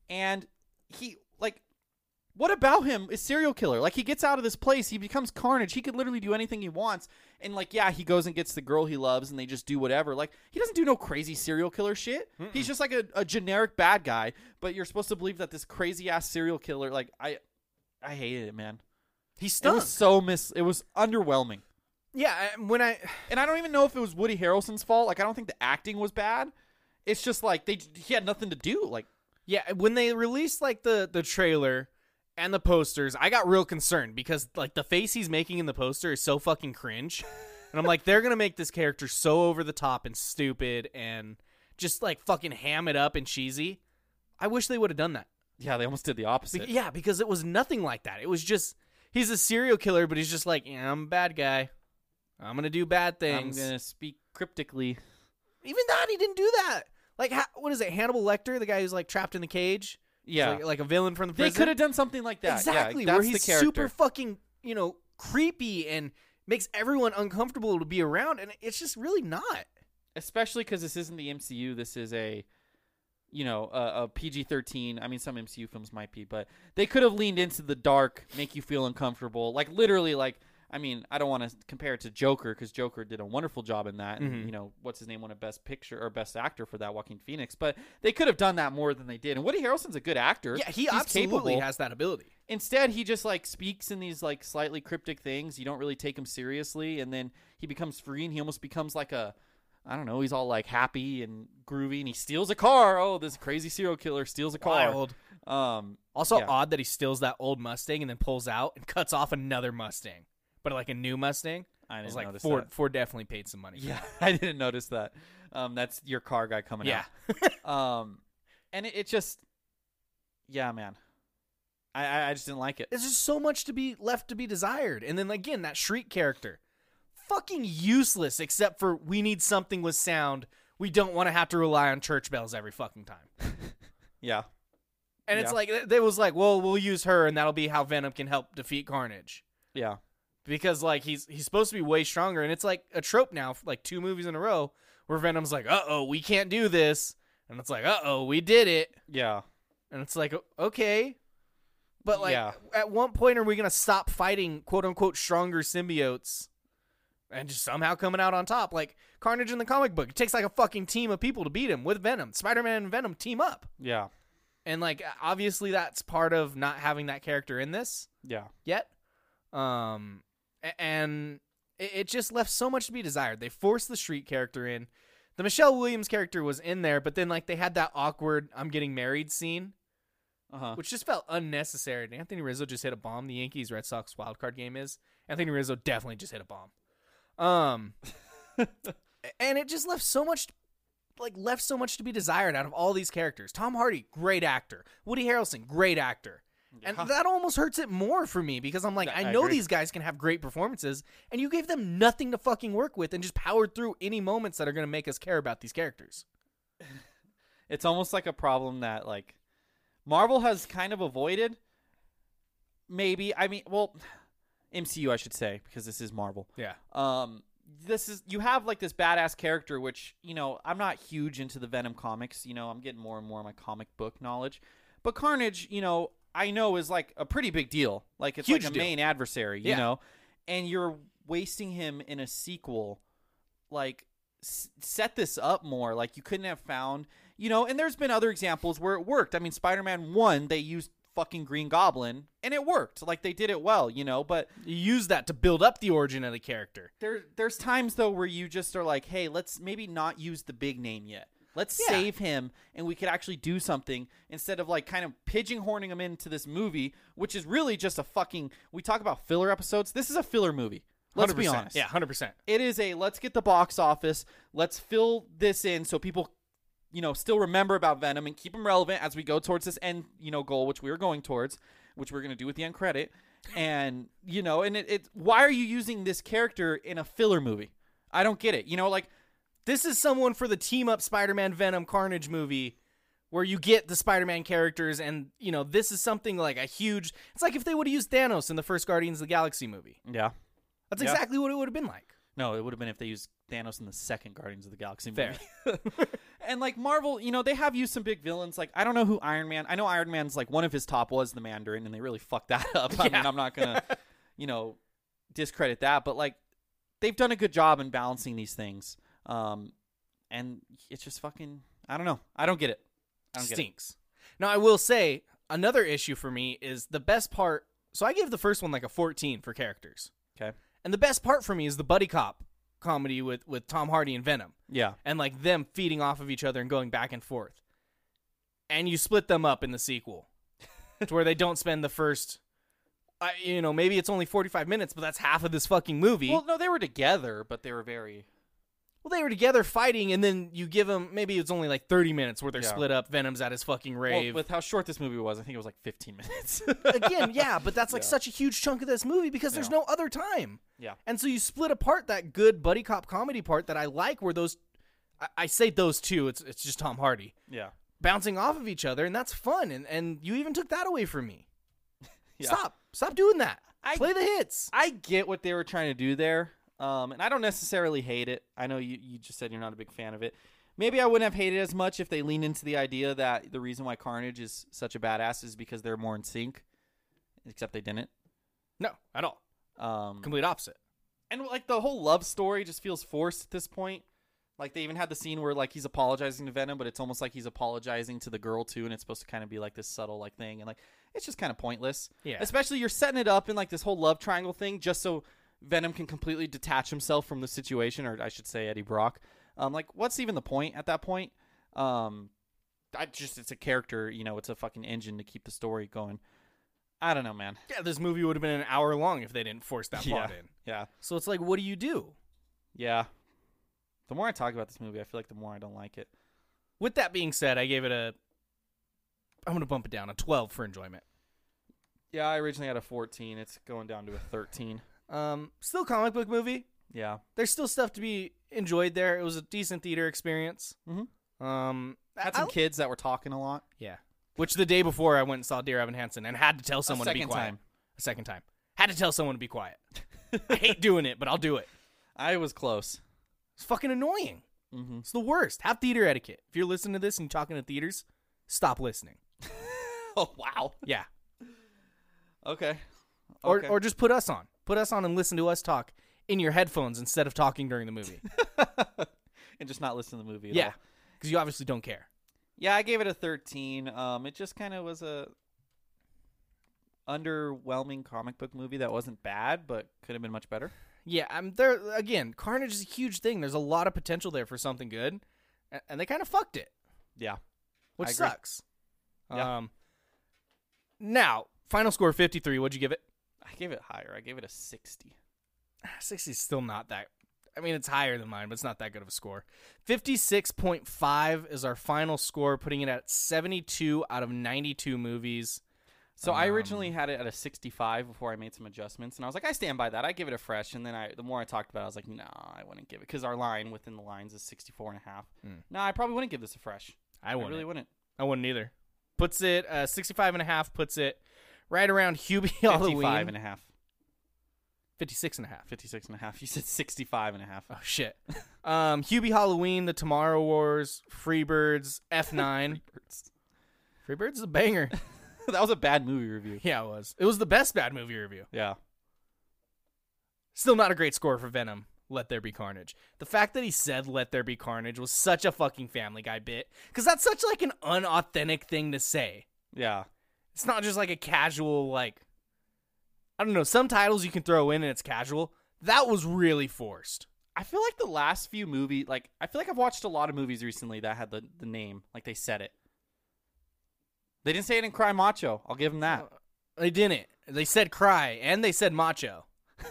Speaker 1: and he like what about him is serial killer like he gets out of this place he becomes carnage he could literally do anything he wants and like yeah he goes and gets the girl he loves and they just do whatever like he doesn't do no crazy serial killer shit he's just like a, a generic bad guy but you're supposed to believe that this crazy ass serial killer like i i hated it man
Speaker 2: He
Speaker 1: it
Speaker 2: stunk.
Speaker 1: was so mis. It was underwhelming,
Speaker 2: yeah, I- when I
Speaker 1: and I don't even know if it was Woody Harrelson's fault. Like, I don't think the acting was bad. It's just like they he had nothing to do. Like,
Speaker 2: yeah when they released like the the trailer and the posters, I got real concerned because like the face he's making in the poster is so fucking cringe, and I'm like they're gonna make this character so over the top and stupid and just like fucking ham it up and cheesy. I wish they would have done that.
Speaker 1: yeah, they almost did the opposite.
Speaker 2: Be- yeah, because it was nothing like that. It was just he's a serial killer, but he's just like, yeah, I'm a bad guy. I'm gonna do bad
Speaker 1: I'm
Speaker 2: things.
Speaker 1: gonna speak cryptically.
Speaker 2: Even that he didn't do that. Like ha- what is it? Hannibal Lecter, the guy who's like trapped in the cage. He's
Speaker 1: Yeah,
Speaker 2: like, like a villain from the
Speaker 1: they
Speaker 2: prison.
Speaker 1: could have done something like that.
Speaker 2: exactly
Speaker 1: yeah, that's
Speaker 2: where he's
Speaker 1: the character.
Speaker 2: super fucking you know creepy and makes everyone uncomfortable to be around, and it's just really not.
Speaker 1: Especially because this isn't the MCU. This is a, you know, a, a PG-13. I mean, some MCU films might be, but they could have leaned into the dark, make you feel uncomfortable. Like literally, like I mean, I don't want to compare it to Joker because Joker did a wonderful job in that, and you know, what's his name won a Best Picture or Best Actor for that, Joaquin Phoenix. But they could have done that more than they did. And Woody Harrelson's a good actor.
Speaker 2: Yeah, he
Speaker 1: He's
Speaker 2: absolutely
Speaker 1: capable
Speaker 2: has that ability.
Speaker 1: instead he just like speaks in these like slightly cryptic things you don't really take him seriously and then he becomes free and he almost becomes like a i don't know he's all like happy and groovy and he steals a car oh this crazy serial killer steals a car
Speaker 2: Wild.
Speaker 1: um
Speaker 2: Also
Speaker 1: Yeah.
Speaker 2: odd that he steals that old Mustang and then pulls out and <laughs> cuts off another Mustang, but like a new Mustang.
Speaker 1: I
Speaker 2: was
Speaker 1: didn't
Speaker 2: like
Speaker 1: notice
Speaker 2: Ford.
Speaker 1: that.
Speaker 2: Ford definitely paid some money. for
Speaker 1: yeah <laughs>
Speaker 2: that.
Speaker 1: i didn't notice that um that's your car guy coming
Speaker 2: yeah.
Speaker 1: out um and it, it just yeah man I, I i just didn't like it
Speaker 2: <laughs> There's just so much to be left to be desired, and then again that shriek character, fucking useless except for we need something with sound. We don't want to have to rely on church bells every fucking time.
Speaker 1: yeah
Speaker 2: And it's
Speaker 1: Yeah.
Speaker 2: like they was like, well, we'll use her, and that'll be how Venom can help defeat Carnage.
Speaker 1: yeah
Speaker 2: because like he's he's supposed to be way stronger and it's like a trope now like two movies in a row where venom's like uh-oh we can't do this and it's like uh-oh we did it
Speaker 1: yeah
Speaker 2: and it's like okay but like
Speaker 1: Yeah.
Speaker 2: at one point are we gonna stop fighting quote unquote stronger symbiotes and just somehow coming out on top like carnage in the comic book it takes like a fucking team of people to beat him with venom spider-man and venom team up
Speaker 1: yeah
Speaker 2: And like obviously that's part of not having that character in this
Speaker 1: Yeah.
Speaker 2: yet. Um, a- and it, it just left so much to be desired. They forced the Street character in. The Michelle Williams character was in there, but then like they had that awkward "I'm getting married" scene,
Speaker 1: Uh huh.
Speaker 2: which just felt unnecessary. And Anthony Rizzo just hit a bomb. The Yankees Red Sox wild card game is Anthony Rizzo definitely just hit a bomb.
Speaker 1: <laughs>
Speaker 2: Um, and it just left so much, like left so much to be desired out of all these characters. Tom Hardy, great actor. Woody Harrelson, great actor.
Speaker 1: Yeah.
Speaker 2: And that almost hurts it more for me because I'm like,
Speaker 1: Yeah,
Speaker 2: I,
Speaker 1: I
Speaker 2: know
Speaker 1: agree.
Speaker 2: these guys can have great performances, and you gave them nothing to fucking work with and just powered through any moments that are going to make us care about these characters.
Speaker 1: It's almost like a problem that like Marvel has kind of avoided. Maybe I mean, well, MCU I should say because this is Marvel.
Speaker 2: Yeah.
Speaker 1: um this is you have like this badass character which you know i'm not huge into the venom comics you know i'm getting more and more of my comic book knowledge but carnage you know i know is like a pretty big deal like it's
Speaker 2: Huge
Speaker 1: like a
Speaker 2: deal.
Speaker 1: main adversary you
Speaker 2: Yeah.
Speaker 1: know and you're wasting him in a sequel like s- set this up more like you couldn't have found you know and there's been other examples where it worked i mean spider-man 1 they used fucking green goblin and it worked like they did it well you know but
Speaker 2: You use that to build up the origin of the character.
Speaker 1: there there's times though where you just are like, hey, let's maybe not use the big name yet. Let's
Speaker 2: Yeah.
Speaker 1: save him, and we could actually do something instead of like kind of pigeonhorning him into this movie, which is really just a fucking. We talk about filler episodes. This is a filler movie. Let's be
Speaker 2: 100%.
Speaker 1: honest.
Speaker 2: Yeah, 100%.
Speaker 1: It is a let's get the box office. Let's fill this in so people, you know, still remember about Venom and keep them relevant as we go towards this end, you know, goal which we are going towards, which we're gonna do with the end credit. And you know, and it, it why are you using this character in a filler movie? I don't get it. You know, like
Speaker 2: This is someone for the team up Spider Man Venom Carnage movie where you get the Spider Man characters, and, you know, this is something like a huge. It's like if they would have used Thanos in the first Guardians of the Galaxy movie.
Speaker 1: yeah,
Speaker 2: That's
Speaker 1: Yeah.
Speaker 2: exactly what it would have been like.
Speaker 1: No, it would have been if they used Thanos in the second Guardians of the Galaxy
Speaker 2: Fair.
Speaker 1: movie.
Speaker 2: <laughs>
Speaker 1: and like Marvel, you know, they have used some big villains. Like I don't know who Iron Man. I know Iron Man's like one of his top was the Mandarin, and they really fucked that up. I mean, I'm not
Speaker 2: <laughs>
Speaker 1: gonna, you know, discredit that, but like they've done a good job in balancing these things. Um, and it's just fucking. I don't know. I don't get it. I don't get it.
Speaker 2: stinks. Now I will say another issue for me is the best part. So I gave the first one like a 14 for characters,
Speaker 1: Okay.
Speaker 2: and the best part for me is the buddy cop comedy with with Tom Hardy and Venom,
Speaker 1: Yeah.
Speaker 2: and like them feeding off of each other and going back and forth. And you split them up in the sequel, <laughs> to where they don't spend the first. I, you know, maybe it's only 45 minutes, but that's half of this fucking movie.
Speaker 1: Well, no, they were together, but they were very.
Speaker 2: Well, they were together fighting, and then you give them maybe it's only like 30 minutes where they're
Speaker 1: Yeah.
Speaker 2: split up. Venom's at his fucking rave.
Speaker 1: Well, with how short this movie was, I think it was like 15
Speaker 2: <laughs>
Speaker 1: minutes. <laughs>
Speaker 2: again, yeah, but that's like such a huge chunk of this movie because there's
Speaker 1: Yeah.
Speaker 2: no other time.
Speaker 1: Yeah.
Speaker 2: And so you split apart that good buddy cop comedy part that I like where those I, I say those two, it's it's just Tom Hardy
Speaker 1: Yeah.
Speaker 2: bouncing off of each other and that's fun and, and you even took that away from me.
Speaker 1: Yeah.
Speaker 2: Stop. Stop doing that.
Speaker 1: I-
Speaker 2: Play the hits.
Speaker 1: I get what they were trying to do there, um, and I don't necessarily hate it. I know you, you just said you're not a big fan of it. Maybe I wouldn't have hated it as much if they leaned into the idea that the reason why Carnage is such a badass is because they're more in sync, except they didn't.
Speaker 2: No, at all.
Speaker 1: Um,
Speaker 2: Complete opposite.
Speaker 1: and like the whole love story just feels forced at this point. Like they even had the scene where like he's apologizing to Venom, but it's almost like he's apologizing to the girl too, and it's supposed to kind of be like this subtle like thing, and like it's just kind of pointless.
Speaker 2: Yeah.
Speaker 1: Especially you're setting it up in like this whole love triangle thing just so Venom can completely detach himself from the situation, or I should say Eddie Brock. Um, like what's even the point at that point? Um, I just it's a character, you know, it's a fucking engine to keep the story going. I don't know, man.
Speaker 2: Yeah, this movie would have been an hour long if they didn't force that plot
Speaker 1: yeah.
Speaker 2: in.
Speaker 1: Yeah.
Speaker 2: So it's like what do you do?
Speaker 1: Yeah. The more I talk about this movie, I feel like the more I don't like it.
Speaker 2: With that being said, I gave it a I'm going to bump it down a 12 for enjoyment.
Speaker 1: Yeah, I originally had a 14. It's going down to a 13.
Speaker 2: Um, still comic book movie.
Speaker 1: Yeah.
Speaker 2: There's still stuff to be enjoyed there. It was a decent theater experience.
Speaker 1: Mhm.
Speaker 2: Um, I-
Speaker 1: Had some
Speaker 2: I-
Speaker 1: kids that were talking a lot.
Speaker 2: Yeah. Which the day before I went and saw Dear Evan Hansen and had to tell someone to be
Speaker 1: second
Speaker 2: quiet.
Speaker 1: time.
Speaker 2: A second time. Had to tell someone to be quiet. I hate doing it, but I'll do it.
Speaker 1: I was
Speaker 2: <laughs>
Speaker 1: close.
Speaker 2: It's fucking annoying.
Speaker 1: Mm-hmm.
Speaker 2: It's the worst. Have theater etiquette. If you're listening to this and talking to theaters, stop listening.
Speaker 1: Oh, wow.
Speaker 2: Yeah.
Speaker 1: Okay.
Speaker 2: Or
Speaker 1: Okay.
Speaker 2: or just put us on. Put us on and listen to us talk in your headphones instead
Speaker 1: <laughs>
Speaker 2: of talking during the movie.
Speaker 1: And just not listen to the movie at
Speaker 2: yeah.
Speaker 1: all.
Speaker 2: Because you obviously don't care.
Speaker 1: Yeah, I gave it a 13. Um, it just kind of was a underwhelming comic book movie that wasn't bad, but could have been much better.
Speaker 2: Yeah, I'm there again. Carnage is a huge thing. There's a lot of potential there for something good, a- and they kind of fucked it,
Speaker 1: Yeah,
Speaker 2: which
Speaker 1: I agree.
Speaker 2: sucks.
Speaker 1: Yeah.
Speaker 2: Um. Now, final score fifty three. What'd you give it?
Speaker 1: I gave it higher. I gave it a 60.
Speaker 2: 60 is still not that. I mean, it's higher than mine, but it's not that good of a score. 56.5 is our final score, putting it at 72 out of 92 movies.
Speaker 1: So I
Speaker 2: Um,
Speaker 1: originally had it at a 65 before I made some adjustments, and I was like, I stand by that. I give it a fresh. And then I, the more I talked about it, I was like, nah, I wouldn't give it because our line within the lines is 64 and a half. Nah, I probably wouldn't give this a fresh.
Speaker 2: Hmm. I
Speaker 1: I,
Speaker 2: wouldn't.
Speaker 1: really wouldn't.
Speaker 2: I wouldn't either. Puts it uh, 65 and a half, puts it right around Hubie <laughs> <laughs> Halloween.
Speaker 1: 55 and a half.
Speaker 2: 56 and a half.
Speaker 1: 56 and a half. <laughs> You said 65 and a half.
Speaker 2: Oh,
Speaker 1: <laughs>
Speaker 2: shit. um, Hubie Halloween, The Tomorrow Wars, Freebirds, F9. <laughs> Freebirds is a banger.
Speaker 1: <laughs> that was a bad movie
Speaker 2: <laughs>
Speaker 1: review.
Speaker 2: yeah, it was. It was the best bad movie review.
Speaker 1: Yeah.
Speaker 2: Still not a great score for Venom. Let there be carnage. The fact that he said "Let there be carnage" was such a fucking Family Guy bit, because that's such like an unauthentic thing to say.
Speaker 1: Yeah.
Speaker 2: It's not just like a casual like. I don't know. Some titles you can throw in and it's casual. That was really forced.
Speaker 1: I feel like the last few movie, like I feel like I've watched a lot of movies recently that had the, the name, like they said it. They didn't say it in Cry Macho. I'll give them that.
Speaker 2: They didn't. They said "cry" and they said "macho,"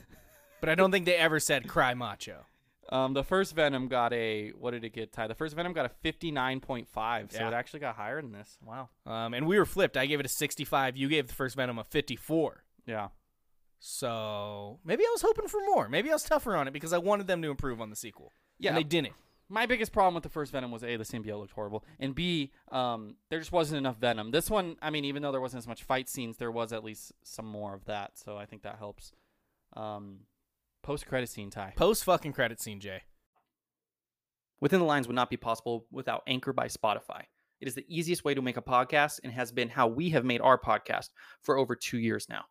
Speaker 2: <laughs> but I don't think they ever said "cry macho."
Speaker 1: Um, the first Venom got a what did it get? Ty, the first Venom got a fifty nine point five, so
Speaker 2: Yeah.
Speaker 1: it actually got higher than this. Wow.
Speaker 2: Um, and we were flipped. I gave it a 65. You gave the first Venom a 54.
Speaker 1: Yeah.
Speaker 2: So maybe I was hoping for more. Maybe I was tougher on it because I wanted them to improve on the sequel.
Speaker 1: Yeah.
Speaker 2: And they didn't.
Speaker 1: My biggest problem with the first Venom was a the symbiote looked horrible, and b um, there just wasn't enough Venom. This one, I mean, even though there wasn't as much fight scenes, there was at least some more of that, so I think that helps. Um, post credit scene, Ty.
Speaker 2: Post fucking credit scene, Jay.
Speaker 1: Within the Lines would not be possible without Anchor by Spotify. It is the easiest way to make a podcast and has been how we have made our podcast for over two years now.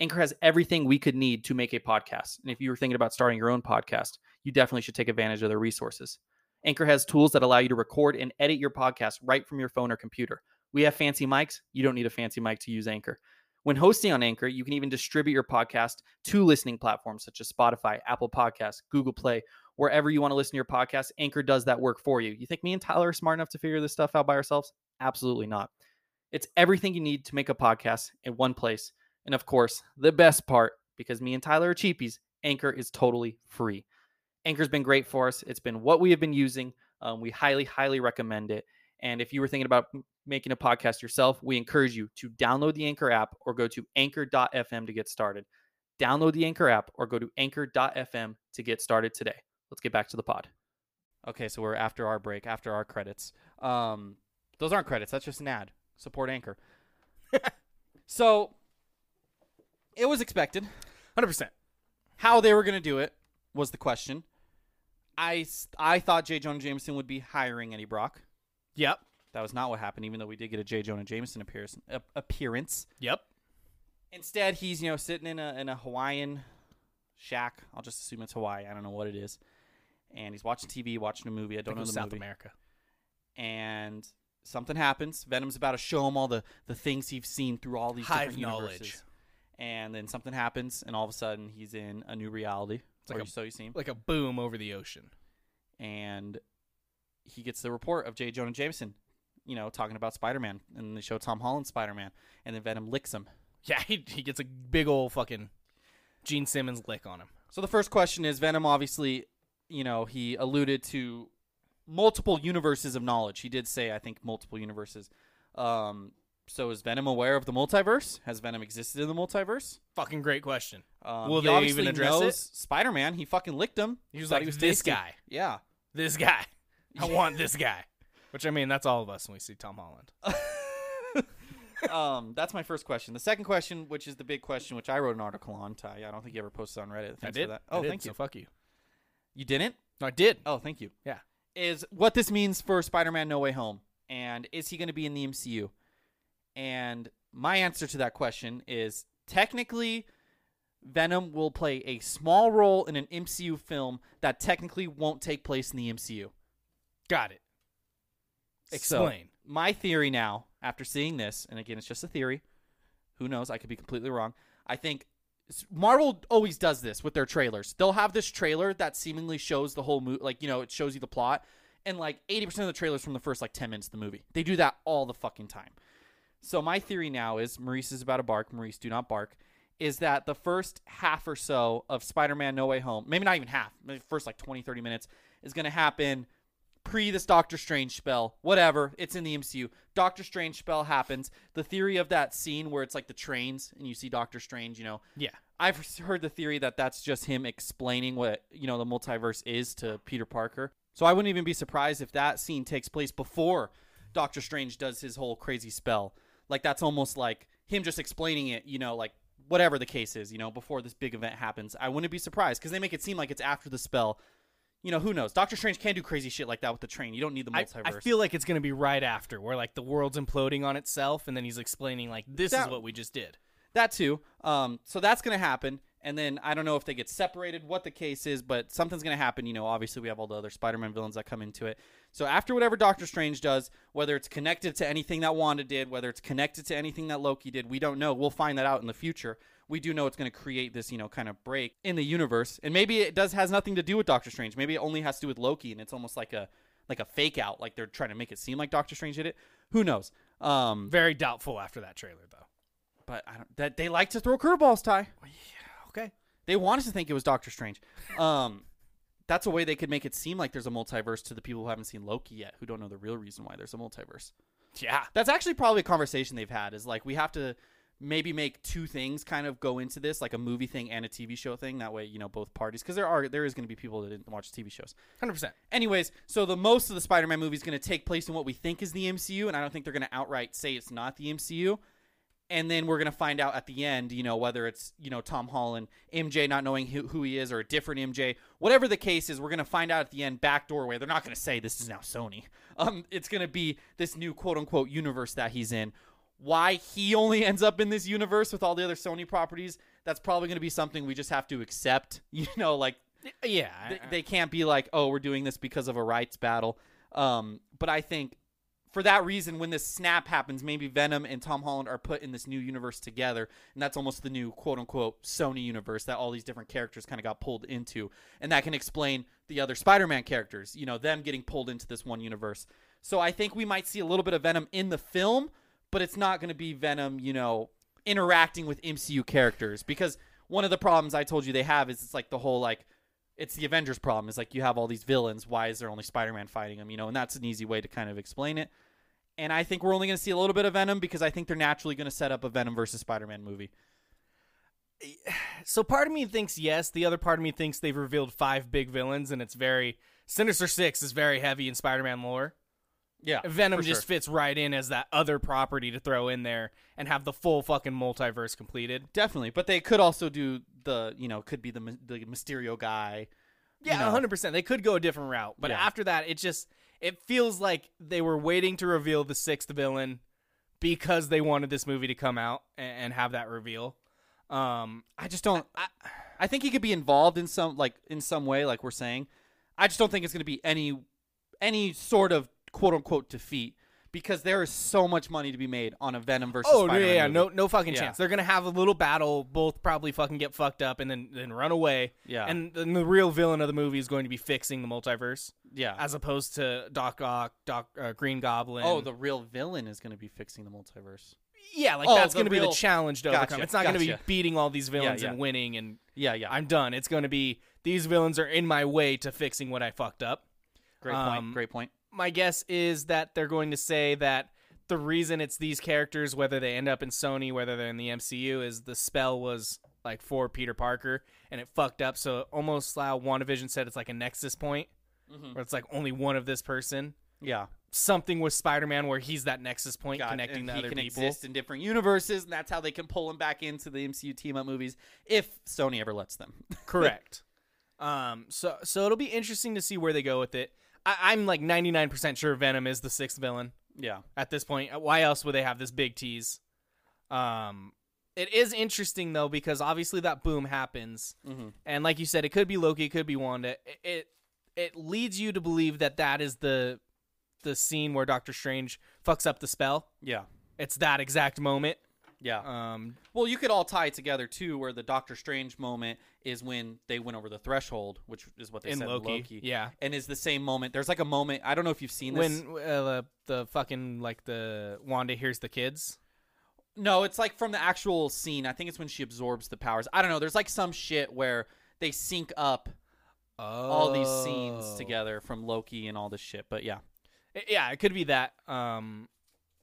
Speaker 1: Anchor has everything we could need to make a podcast. And if you were thinking about starting your own podcast, you definitely should take advantage of their resources. Anchor has tools that allow you to record and edit your podcast right from your phone or computer. We have fancy mics. You don't need a fancy mic to use Anchor. When hosting on Anchor, you can even distribute your podcast to listening platforms such as Spotify, Apple Podcasts, Google Play, wherever you want to listen to your podcast, Anchor does that work for you. You think me and Tyler are smart enough to figure this stuff out by ourselves? Absolutely not. It's everything you need to make a podcast in one place. And of course, the best part, because me and Tyler are cheapies, Anchor is totally free. Anchor's been great for us. It's been what we have been using. Um, we highly, highly recommend it. And if you were thinking about m- making a podcast yourself, we encourage you to download the Anchor app or go to anchor.fm to get started. Download the Anchor app or go to anchor.fm to get started today let's get back to the pod. Okay, so we're after our break, after our credits. Um, those aren't credits. That's just an ad. Support Anchor. <laughs> so it was expected.
Speaker 2: 100%.
Speaker 1: How they were going to do it was the question. I s- I thought J. Jonah Jameson would be hiring Eddie Brock.
Speaker 2: Yep.
Speaker 1: That was not what happened. Even though we did get a J. Jonah Jameson appearance, a- appearance.
Speaker 2: Yep.
Speaker 1: Instead, he's you know sitting in a in a Hawaiian shack. I'll just assume it's Hawaii. I don't know what it is. And he's watching TV, watching a movie. I
Speaker 2: Don't
Speaker 1: don't know the
Speaker 2: South
Speaker 1: movie.
Speaker 2: America.
Speaker 1: and something happens. Venom's about to show him all the the things he's seen through all these
Speaker 2: Hive
Speaker 1: different
Speaker 2: knowledge.
Speaker 1: universes. And then something happens, and all of a sudden he's in a new reality,
Speaker 2: like
Speaker 1: or
Speaker 2: a-
Speaker 1: so you seem.
Speaker 2: Like a boom over the ocean. <laughs>
Speaker 1: and he gets the report of J. Jonah Jameson, you know, talking about Spider Man, and they show Tom Holland Spider Man, and then Venom licks him.
Speaker 2: Yeah, he, he gets a big old fucking Gene Simmons lick on him.
Speaker 1: So the first question is Venom obviously, you know, he alluded to multiple universes of knowledge. He did say I think multiple universes. Um so is Venom aware of the multiverse? Has Venom existed in the multiverse?
Speaker 2: Fucking great question.
Speaker 1: Um,
Speaker 2: Will
Speaker 1: he
Speaker 2: they
Speaker 1: obviously
Speaker 2: even address
Speaker 1: knows
Speaker 2: it?
Speaker 1: Spider-Man, he fucking licked him.
Speaker 2: He was
Speaker 1: Thought
Speaker 2: like, "This
Speaker 1: tasty."
Speaker 2: guy."
Speaker 1: Yeah. <laughs>
Speaker 2: This guy. <laughs> I want this guy. Which, I mean, that's all of us when we see Tom Holland.
Speaker 1: Oh, um, that's my first question. The second question, which is the big question, which I wrote an article on, Ty. I don't think you ever posted on Reddit. Thanks
Speaker 2: I did.
Speaker 1: for that.
Speaker 2: I
Speaker 1: Oh,
Speaker 2: did,
Speaker 1: thank
Speaker 2: so
Speaker 1: you.
Speaker 2: fuck you.
Speaker 1: You didn't?
Speaker 2: No, I did.
Speaker 1: Oh, thank you.
Speaker 2: Yeah.
Speaker 1: is what this means for Spider-Man No Way Home and is he going to be in the MCU? And my answer to that question is technically Venom will play a small role in an MCU film that technically won't take place in the MCU.
Speaker 2: Got it.
Speaker 1: So,
Speaker 2: Explain.
Speaker 1: my theory now, after seeing this, and again, it's just a theory. Who knows? I could be completely wrong. I think s- Marvel always does this with their trailers. They'll have this trailer that seemingly shows the whole movie, like you know, it shows you the plot, and like eighty percent of the trailers from the first like ten minutes of the movie. They do that all the fucking time. So my theory now is Maurice is about to bark. Maurice, do not bark. Is that the first half or so of Spider-Man: No Way Home? Maybe not even half. Maybe the first like 20, 30 minutes is going to happen pre this Doctor Strange spell. Whatever, it's in the MCU. Doctor Strange spell happens. The theory of that scene where it's like the trains and you see Doctor Strange, you know.
Speaker 2: Yeah.
Speaker 1: I've heard the theory that that's just him explaining what, you know, the multiverse is to Peter Parker. So I wouldn't even be surprised if that scene takes place before Doctor Strange does his whole crazy spell. Like that's almost like him just explaining it, you know, like whatever the case is, you know, before this big event happens. I wouldn't be surprised because they make it seem like it's after the spell. You know, who knows? Doctor Strange can do crazy shit like that with the train. You don't need the
Speaker 2: I,
Speaker 1: multiverse.
Speaker 2: I feel like it's gonna be right after, where like the world's imploding on itself, and then he's explaining like this is
Speaker 1: That-
Speaker 2: what we just did.
Speaker 1: that too. Um, so that's gonna happen, and then I don't know if they get separated, what the case is, but something's gonna happen. You know, obviously we have all the other Spider-Man villains that come into it. So after whatever Doctor Strange does, whether it's connected to anything that Wanda did, whether it's connected to anything that Loki did, we don't know. We'll find that out in the future. We do know it's going to create this, you know, kind of break in the universe, and maybe it does has nothing to do with Doctor Strange. Maybe it only has to do with Loki, and it's almost like a like a fake out, like they're trying to make it seem like Doctor Strange did it. Who knows? Um,
Speaker 2: Very doubtful after that trailer, though.
Speaker 1: but I don't, that they like to throw curveballs, Ty.
Speaker 2: Okay.
Speaker 1: They want us to think it was Doctor Strange. Um, that's a way they could make it seem like there's a multiverse to the people who haven't seen Loki yet, who don't know the real reason why there's a multiverse.
Speaker 2: Yeah.
Speaker 1: That's actually probably a conversation they've had is like we have to maybe make two things kind of go into this, like a movie thing and a TV show thing. That way, you know, both parties, because there are there is going to be people that didn't watch TV shows.
Speaker 2: Hundred percent.
Speaker 1: Anyways, so the most of the Spider-Man movie is going to take place in what we think is the MCU, and I don't think they're going to outright say it's not the MCU. And then we're going to find out at the end, you know, whether it's you know Tom Holland, MJ not knowing who, who he is, or a different MJ, whatever the case is, we're going to find out at the end back doorway. They're not going to say this is now Sony. <laughs> Um, it's going to be this new quote unquote universe that he's in. Why he only ends up in this universe with all the other Sony properties? That's probably going to be something we just have to accept. <laughs> You know, like
Speaker 2: Uh, Yeah.
Speaker 1: they, they can't be like, oh, we're doing this because of a rights battle. Um, but I think for that reason, when this snap happens, maybe Venom and Tom Holland are put in this new universe together, and that's almost the new quote unquote Sony universe that all these different characters kind of got pulled into, and that can explain the other Spider-Man characters, you know, them getting pulled into this one universe. So I think we might see a little bit of Venom in the film, but it's not going to be Venom, you know, interacting with MCU characters because one of the problems I told you they have is it's like the whole like it's the Avengers problem. It's like you have all these villains. Why is there only Spider-Man fighting them? You know, and that's an easy way to kind of explain it. And I think we're only going to see a little bit of Venom because I think they're naturally going to set up a Venom versus Spider-Man movie.
Speaker 2: so part of me thinks yes. The other part of me thinks they've revealed five big villains, and it's very Sinister Six is very heavy in Spider-Man lore.
Speaker 1: Yeah,
Speaker 2: Venom just fits right in as that other property to throw in there and have the full fucking multiverse completed.
Speaker 1: definitely. But they could also do the you know could be the my- the Mysterio guy.
Speaker 2: Yeah,
Speaker 1: No.
Speaker 2: 100%. They could go a different route, but
Speaker 1: Yeah.
Speaker 2: after that it just it feels like they were waiting to reveal the sixth villain because they wanted this movie to come out and, and have that reveal. Um
Speaker 1: I just don't. I, I think he could be involved in some like in some way, like we're saying. I just don't think it's going to be any any sort of quote unquote defeat because there is so much money to be made on a Venom versus.
Speaker 2: Oh
Speaker 1: Spider-Man
Speaker 2: yeah, yeah,
Speaker 1: movie.
Speaker 2: no, no fucking
Speaker 1: Yeah.
Speaker 2: chance. They're gonna have a little battle, both probably fucking get fucked up and then then run away.
Speaker 1: Yeah.
Speaker 2: and then the real villain of the movie is going to be fixing the multiverse,
Speaker 1: yeah.
Speaker 2: as opposed to Doc Ock, Doc uh, Green Goblin.
Speaker 1: Oh, the real villain is going to be fixing the multiverse.
Speaker 2: yeah, like
Speaker 1: oh,
Speaker 2: that's
Speaker 1: the
Speaker 2: gonna be
Speaker 1: real-
Speaker 2: the challenge to
Speaker 1: Gotcha,
Speaker 2: overcome. It's not gonna be
Speaker 1: gotcha.
Speaker 2: beating all these villains
Speaker 1: Yeah, yeah.
Speaker 2: and winning and
Speaker 1: Yeah, yeah.
Speaker 2: I'm done. It's gonna be these villains are in my way to fixing what I fucked up.
Speaker 1: great point.
Speaker 2: um,
Speaker 1: great point.
Speaker 2: my guess is that they're going to say that the reason it's these characters, whether they end up in Sony, whether they're in the MCU, is the spell was like for Peter Parker and it fucked up. So almost how WandaVision said it's like a nexus point
Speaker 1: Mm-hmm.
Speaker 2: where it's like only one of this person.
Speaker 1: Yeah,
Speaker 2: Something with Spider Man where he's that nexus point
Speaker 1: God,
Speaker 2: connecting
Speaker 1: and
Speaker 2: the
Speaker 1: he
Speaker 2: other
Speaker 1: can
Speaker 2: people.
Speaker 1: exist in different universes, and that's how they can pull him back into the MCU team up movies if Sony ever lets them. <laughs>
Speaker 2: Correct. <laughs> um. So so it'll be interesting to see where they go with it. I, I'm like 99% sure Venom is the sixth villain.
Speaker 1: yeah,
Speaker 2: at this point. Uh, Why else would they have this big tease? Um, it is interesting though because obviously that boom happens, and like you said, it could be Loki, it could be Wanda. It, it it leads you to believe that that is the the scene where Doctor Strange fucks up the spell.
Speaker 1: Yeah.
Speaker 2: It's that exact moment.
Speaker 1: Yeah.
Speaker 2: Um,
Speaker 1: Uh, Well, you could all tie it together too, where the Doctor Strange moment is when they went over the threshold, which is what they
Speaker 2: In
Speaker 1: said
Speaker 2: Loki,
Speaker 1: in Loki.
Speaker 2: yeah.
Speaker 1: and is the same moment. There's like a moment. I don't know if you've seen this.
Speaker 2: when uh, the, the fucking like the Wanda hears the kids.
Speaker 1: no, it's like from the actual scene. I think it's when she absorbs the powers. I don't know. There's like some shit where they sync up
Speaker 2: Oh.
Speaker 1: all these scenes together from Loki and all this shit. But yeah,
Speaker 2: I- Yeah, it could be that. Um,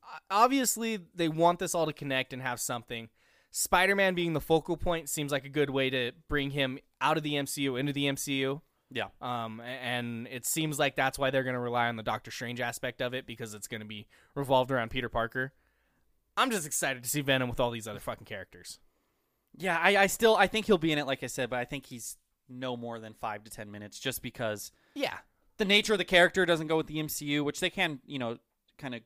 Speaker 2: o- obviously, they want this all to connect and have something. Spider Man being the focal point seems like a good way to bring him out of the MCU into the MCU.
Speaker 1: yeah,
Speaker 2: Um, a- and it seems like that's why they're going to rely on the Doctor Strange aspect of it because it's going to be revolved around Peter Parker. I'm just excited to see Venom with all these other fucking characters.
Speaker 1: yeah. I, I still I think he'll be in it, like I said, but I think he's no more than five to ten minutes, just because
Speaker 2: Yeah.
Speaker 1: the nature of the character doesn't go with the MCU, which they can, you know, kind of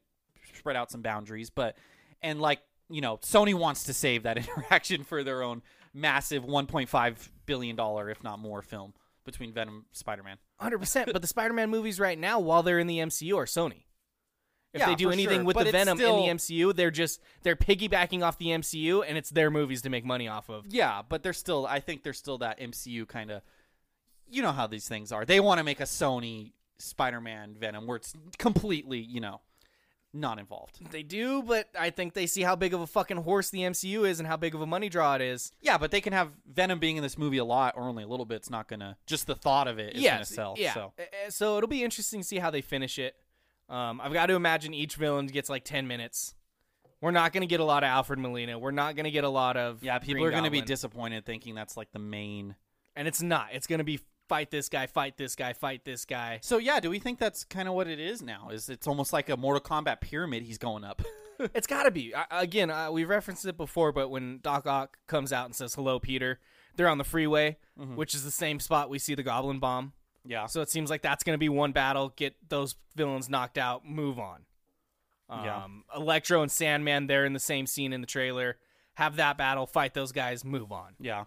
Speaker 1: spread out some boundaries, but and like, you know, Sony wants to save that <laughs> interaction for their own massive 1.5 billion dollar if not more film between Venom Spider-Man.
Speaker 2: 100%. But the Spider Man movies right now, while they're in the MCU, are Sony. If
Speaker 1: Yeah,
Speaker 2: they do
Speaker 1: for
Speaker 2: anything
Speaker 1: sure,
Speaker 2: with
Speaker 1: but
Speaker 2: the
Speaker 1: it's
Speaker 2: Venom
Speaker 1: still-
Speaker 2: in the MCU, they're just they're piggybacking off the MCU, and it's their movies to make money off of.
Speaker 1: Yeah, but they're still I think they're still that MCU kind of you know how these things are. They want to make a Sony Spider-Man Venom where it's completely, you know, not involved.
Speaker 2: They do, but I think they see how big of a fucking horse the MCU is and how big of a money draw it is.
Speaker 1: Yeah, but they can have Venom being in this movie a lot or only a little bit. It's not gonna just the thought of it is gonna
Speaker 2: Yes,
Speaker 1: sell.
Speaker 2: Yeah.
Speaker 1: So.
Speaker 2: Uh, uh, so it'll be interesting to see how they finish it. Um, I've got to imagine each villain gets like ten minutes. We're not going to get a lot of Alfred Molina. We're not going to get a lot of
Speaker 1: Yeah, people
Speaker 2: Green
Speaker 1: are going to be
Speaker 2: Goblin.
Speaker 1: disappointed thinking that's like the main.
Speaker 2: and it's not. It's going to be fight this guy, fight this guy, fight this guy.
Speaker 1: So yeah, do we think that's kind of what it is now? Is it's almost like a Mortal Kombat pyramid? He's going up.
Speaker 2: It's got to be. I, again, I, we referenced it before, but when Doc Ock comes out and says hello, Peter, they're on the freeway, which is the same spot we see the Goblin Bomb.
Speaker 1: Mm-hmm. yeah.
Speaker 2: So it seems like that's going to be one battle. Get those villains knocked out. Move on.
Speaker 1: Yeah.
Speaker 2: Um, Electro and Sandman, they're in the same scene in the trailer. Have that battle, fight those guys, move on.
Speaker 1: yeah.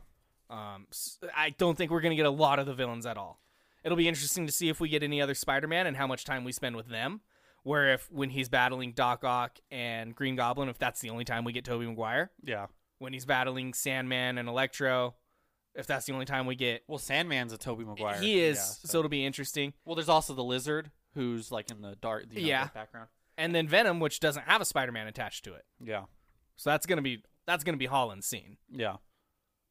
Speaker 2: Um, s- I don't think we're going to get a lot of the villains at all. It'll be interesting to see if we get any other Spider-Man and how much time we spend with them. Where if when he's battling Doc Ock and Green Goblin, if that's the only time we get Tobey Maguire.
Speaker 1: Yeah.
Speaker 2: When he's battling Sandman and Electro, if that's the only time we get,
Speaker 1: Well, Sandman's a Toby Maguire.
Speaker 2: he is.
Speaker 1: Yeah,
Speaker 2: so. it'll be interesting.
Speaker 1: Well, there's also the lizard who's like in the dark. You know,
Speaker 2: Yeah.
Speaker 1: the background.
Speaker 2: And then Venom, which doesn't have a Spider-Man attached to it,
Speaker 1: Yeah.
Speaker 2: so that's gonna be that's gonna be Holland's scene.
Speaker 1: Yeah.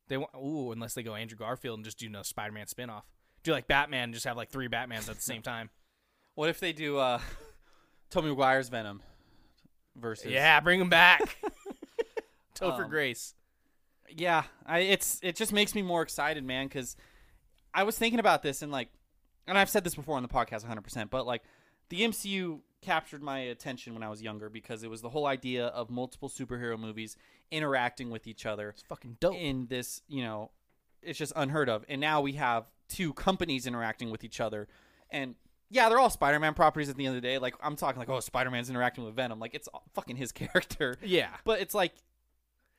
Speaker 2: They want ooh, unless they go Andrew Garfield and just do no Spider-Man spinoff. Do like Batman, and just have like three Batmans at
Speaker 1: <laughs>
Speaker 2: the same time.
Speaker 1: What if they do uh <laughs> Toby Maguire's Venom versus?
Speaker 2: Yeah, bring him back. Topher
Speaker 1: Um,
Speaker 2: Grace.
Speaker 1: Yeah, I it's it just makes me more excited, man, cuz I was thinking about this and like and I've said this before on the podcast 100%, but like the MCU captured my attention when I was younger because it was the whole idea of multiple superhero movies interacting with each other
Speaker 2: Fucking dope.
Speaker 1: in this, you know, it's just unheard of. And now we have two companies interacting with each other. And yeah, they're all Spider-Man properties at the end of the day. Like I'm talking like, oh, Spider-Man's interacting with Venom. Like it's fucking his <laughs> character.
Speaker 2: Yeah.
Speaker 1: But it's like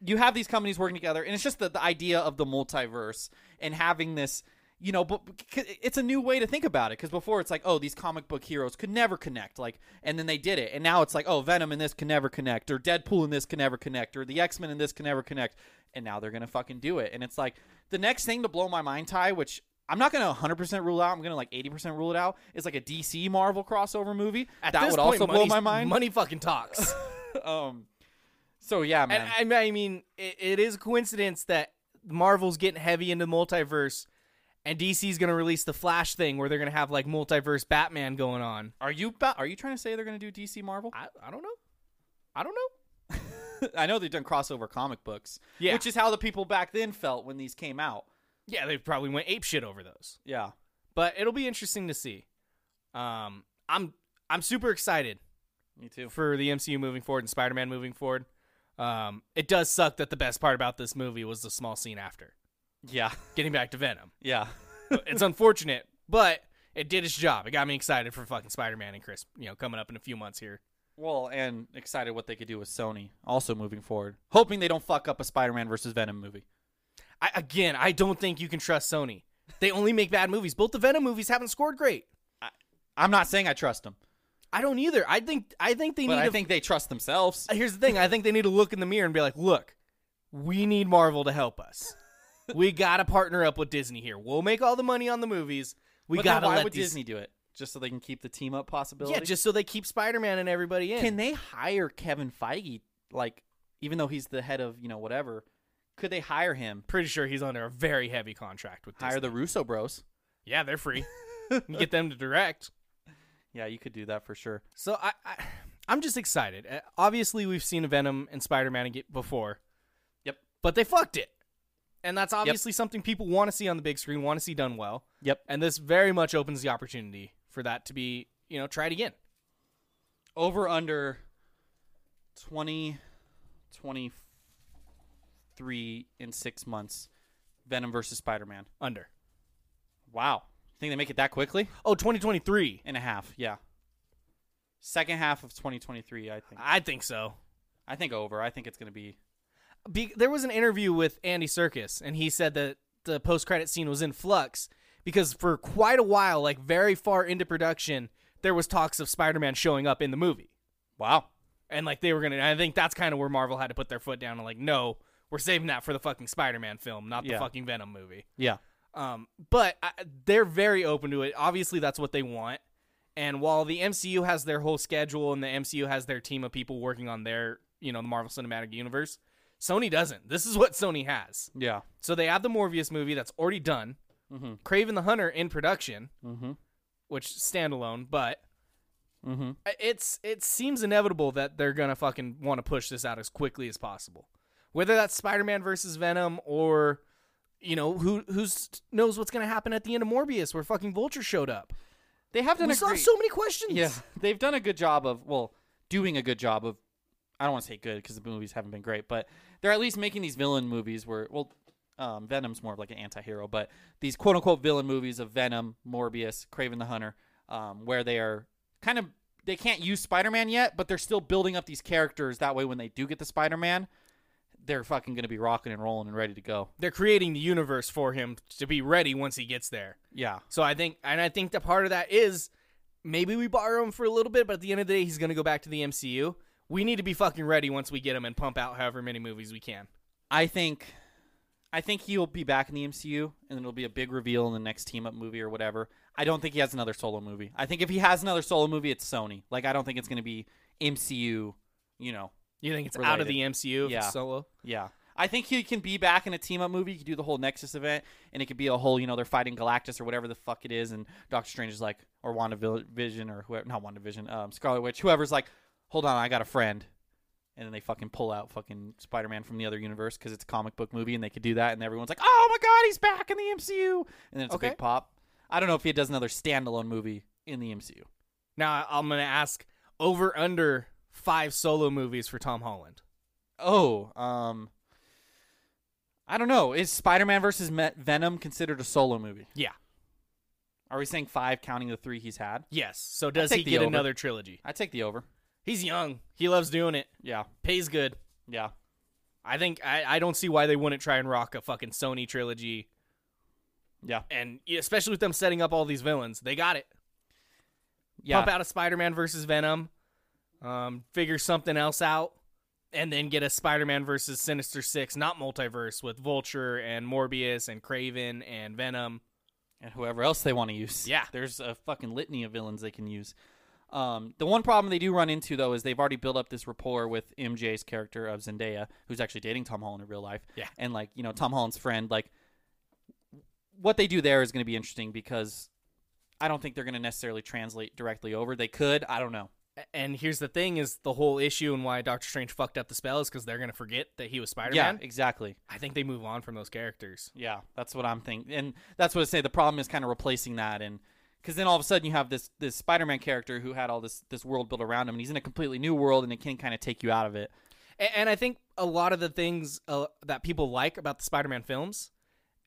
Speaker 1: you have these companies working together and it's just the, the idea of the multiverse and having this you know but but c- it's a new way to think about it because before it's like oh these comic book heroes could never connect like and then they did it and now it's like oh venom and this can never connect or deadpool and this can never connect or the x-men and this can never connect and now they're gonna fucking do it and it's like the next thing to blow my mind ty which i'm not gonna 100% rule out i'm gonna like 80% rule it out is like a dc marvel crossover movie
Speaker 2: At
Speaker 1: that
Speaker 2: this
Speaker 1: would
Speaker 2: point,
Speaker 1: also blow
Speaker 2: money's-
Speaker 1: my mind
Speaker 2: Money fucking talks.
Speaker 1: um so yeah man
Speaker 2: <laughs> and I, I mean, it, it is a coincidence that Marvel's getting heavy into multiverse, and DC's gonna release the Flash thing where they're gonna have like multiverse Batman going on.
Speaker 1: Are you ba- are you trying to say they're going to do DC Marvel?
Speaker 2: I, I don't know. I don't know.
Speaker 1: I know they've done crossover comic books,
Speaker 2: Yeah.
Speaker 1: which is how the people back then felt when these came out.
Speaker 2: Yeah, they probably went ape shit over those.
Speaker 1: Yeah,
Speaker 2: But it'll be interesting to see. Um, I'm I'm super excited
Speaker 1: me
Speaker 2: <laughs>
Speaker 1: too.
Speaker 2: for the MCU moving forward and Spider-Man moving forward. Um, it does suck that the best part about this movie was the small scene after
Speaker 1: Yeah,
Speaker 2: getting back to Venom.
Speaker 1: yeah,
Speaker 2: it's unfortunate, but it did its job. It got me excited for fucking Spider-Man and Chris, you know, coming up in a few months here.
Speaker 1: <laughs> well, and excited what they could do with Sony also moving forward, hoping they don't fuck up a Spider-Man versus Venom movie.
Speaker 2: I, again, I don't think you can trust Sony. They only make bad movies. Both the Venom movies haven't scored great.
Speaker 1: I'm not saying I trust them.
Speaker 2: I don't either. I think I think they
Speaker 1: But
Speaker 2: need
Speaker 1: I
Speaker 2: to
Speaker 1: think they trust themselves.
Speaker 2: <laughs> here's the thing. I think they need to look in the mirror and be like, look, we need Marvel to
Speaker 1: <laughs>
Speaker 2: help us. we gotta partner up with Disney here. We'll make all the money on the movies. We
Speaker 1: but then
Speaker 2: gotta
Speaker 1: why
Speaker 2: let
Speaker 1: would
Speaker 2: these-
Speaker 1: Disney do it? Just so they can keep the team up possibility.
Speaker 2: Yeah, just so they keep Spider Man and everybody in.
Speaker 1: can they hire Kevin Feige? Like, even though he's the head of you know whatever, could they hire him?
Speaker 2: Pretty sure he's under a very heavy contract with Disney.
Speaker 1: Hire the Russo Bros.
Speaker 2: yeah, they're <laughs> free. you can get them to direct.
Speaker 1: Yeah, you could do that for sure.
Speaker 2: So I, I I'm just excited. Uh, Obviously, we've seen Venom and Spider Man before.
Speaker 1: Yep.
Speaker 2: But they fucked it, and that's obviously something people want to see on the big screen. Want to see done well.
Speaker 1: Yep.
Speaker 2: And this very much opens the opportunity for that to be, you know, tried again.
Speaker 1: Over under 20, 23 in six months. Venom versus Spider Man.
Speaker 2: Under.
Speaker 1: Wow. Think they make it that quickly?
Speaker 2: Oh, 2023.
Speaker 1: And a half. Yeah. Second half of 2023, I think.
Speaker 2: I think so.
Speaker 1: I think over. I think it's going to be.
Speaker 2: Be- there was an interview with Andy Circus, and he said that the post credit scene was in flux because for quite a while, like very far into production, there was talks of Spider Man showing up in the movie.
Speaker 1: Wow.
Speaker 2: And like they were gonna, I think that's kind of where Marvel had to put their foot down and like, no, we're saving that for the fucking Spider-Man film, not the
Speaker 1: Yeah.
Speaker 2: fucking Venom movie.
Speaker 1: Yeah.
Speaker 2: Um, but I, they're very open to it. Obviously, that's what they want. And while the MCU has their whole schedule and the MCU has their team of people working on their, you know, the Marvel Cinematic Universe, Sony doesn't. This is what Sony has.
Speaker 1: Yeah.
Speaker 2: So they have the Morbius movie that's already done,
Speaker 1: Mhm.
Speaker 2: Craven the Hunter in production,
Speaker 1: Mhm.
Speaker 2: which standalone, but
Speaker 1: Mhm.
Speaker 2: it's it seems inevitable that they're gonna fucking want to push this out as quickly as possible. Whether that's Spider-Man versus Venom or you know who who's knows what's gonna happen at the end of Morbius where fucking Vulture showed up.
Speaker 1: They have done
Speaker 2: we
Speaker 1: a
Speaker 2: still have
Speaker 1: great,
Speaker 2: so many questions.
Speaker 1: Yeah, <laughs> they've done a good job of well, doing a good job of. I don't want to say good because the movies haven't been great, but they're at least making these villain movies where well, um, Venom's more of like an anti-hero, but these quote unquote villain movies of Venom, Morbius, Craven the Hunter, um, where they are kind of they can't use Spider-Man yet, but they're still building up these characters. That way, when they do get the Spider-Man, they're fucking gonna be rocking and rolling and ready to go.
Speaker 2: They're creating the universe for him to be ready once he gets there.
Speaker 1: Yeah,
Speaker 2: So I think, and I think that part of that is maybe we borrow him for a little bit, but at the end of the day, he's going to go back to the MCU. We need to be fucking ready once we get him and pump out however many movies we can.
Speaker 1: I think I think he'll be back in the MCU and it'll be a big reveal in the next team up movie or whatever. I don't think he has another solo movie. I think if he has another solo movie it's Sony. Like I don't think it's going to be MCU, you know.
Speaker 2: You think it's out of the
Speaker 1: Related.
Speaker 2: MCU if it's
Speaker 1: Yeah.
Speaker 2: solo?
Speaker 1: Yeah. I think he can be back in a team up movie. He could do the whole Nexus event and it could be a whole, you know, they're fighting Galactus or whatever the fuck it is and Doctor Strange is like or WandaVision or whoever not WandaVision, um Scarlet Witch, whoever's like, "Hold on, I got a friend." and then they fucking pull out fucking Spider-Man from the other universe because it's a comic book movie and they could do that, and everyone's like, "Oh my god, he's back in the MCU!" And then it's a
Speaker 2: Okay.
Speaker 1: big pop. I don't know if he does another standalone movie in the MCU.
Speaker 2: Now I- I'm going to ask over under five solo movies for Tom Holland.
Speaker 1: Oh, um, I don't know. Is Spider-Man versus Me- Venom considered a solo movie?
Speaker 2: Yeah.
Speaker 1: Are we saying five counting the three he's had?
Speaker 2: Yes. So does
Speaker 1: take
Speaker 2: he
Speaker 1: the
Speaker 2: get
Speaker 1: over.
Speaker 2: another trilogy?
Speaker 1: I take the over.
Speaker 2: He's young. He loves doing it.
Speaker 1: Yeah,
Speaker 2: Pays good.
Speaker 1: yeah.
Speaker 2: I think I, I don't see why they wouldn't try and rock a fucking Sony trilogy.
Speaker 1: Yeah.
Speaker 2: And especially with them setting up all these villains, they got it.
Speaker 1: Yeah,
Speaker 2: pump out a Spider-Man versus Venom, um, figure something else out, and then get a Spider-Man versus Sinister Six, not multiverse, with Vulture and Morbius and Craven and Venom.
Speaker 1: and whoever else they want to use.
Speaker 2: Yeah.
Speaker 1: there's a fucking litany of villains they can use. Um, the one problem they do run into though is they've already built up this rapport with MJ's character of Zendaya, who's actually dating Tom Holland in real life.
Speaker 2: Yeah.
Speaker 1: and like you know Tom Holland's friend. Like, what they do there is going to be interesting because I don't think they're going to necessarily translate directly over. They could, I don't know.
Speaker 2: A- And here's the thing: is the whole issue and why Doctor Strange fucked up the spell is because they're gonna forget that he was
Speaker 1: yeah,
Speaker 2: Spider-Man.
Speaker 1: exactly.
Speaker 2: I think they move on from those characters.
Speaker 1: Yeah, that's what I'm thinking, and that's what I say. The problem is kind of replacing that, and because then all of a sudden you have this this Spider-Man character who had all this this world built around him, and he's in a completely new world, and it can kind of take you out of it.
Speaker 2: A- And, I think a lot of the things uh, that people like about the Spider-Man films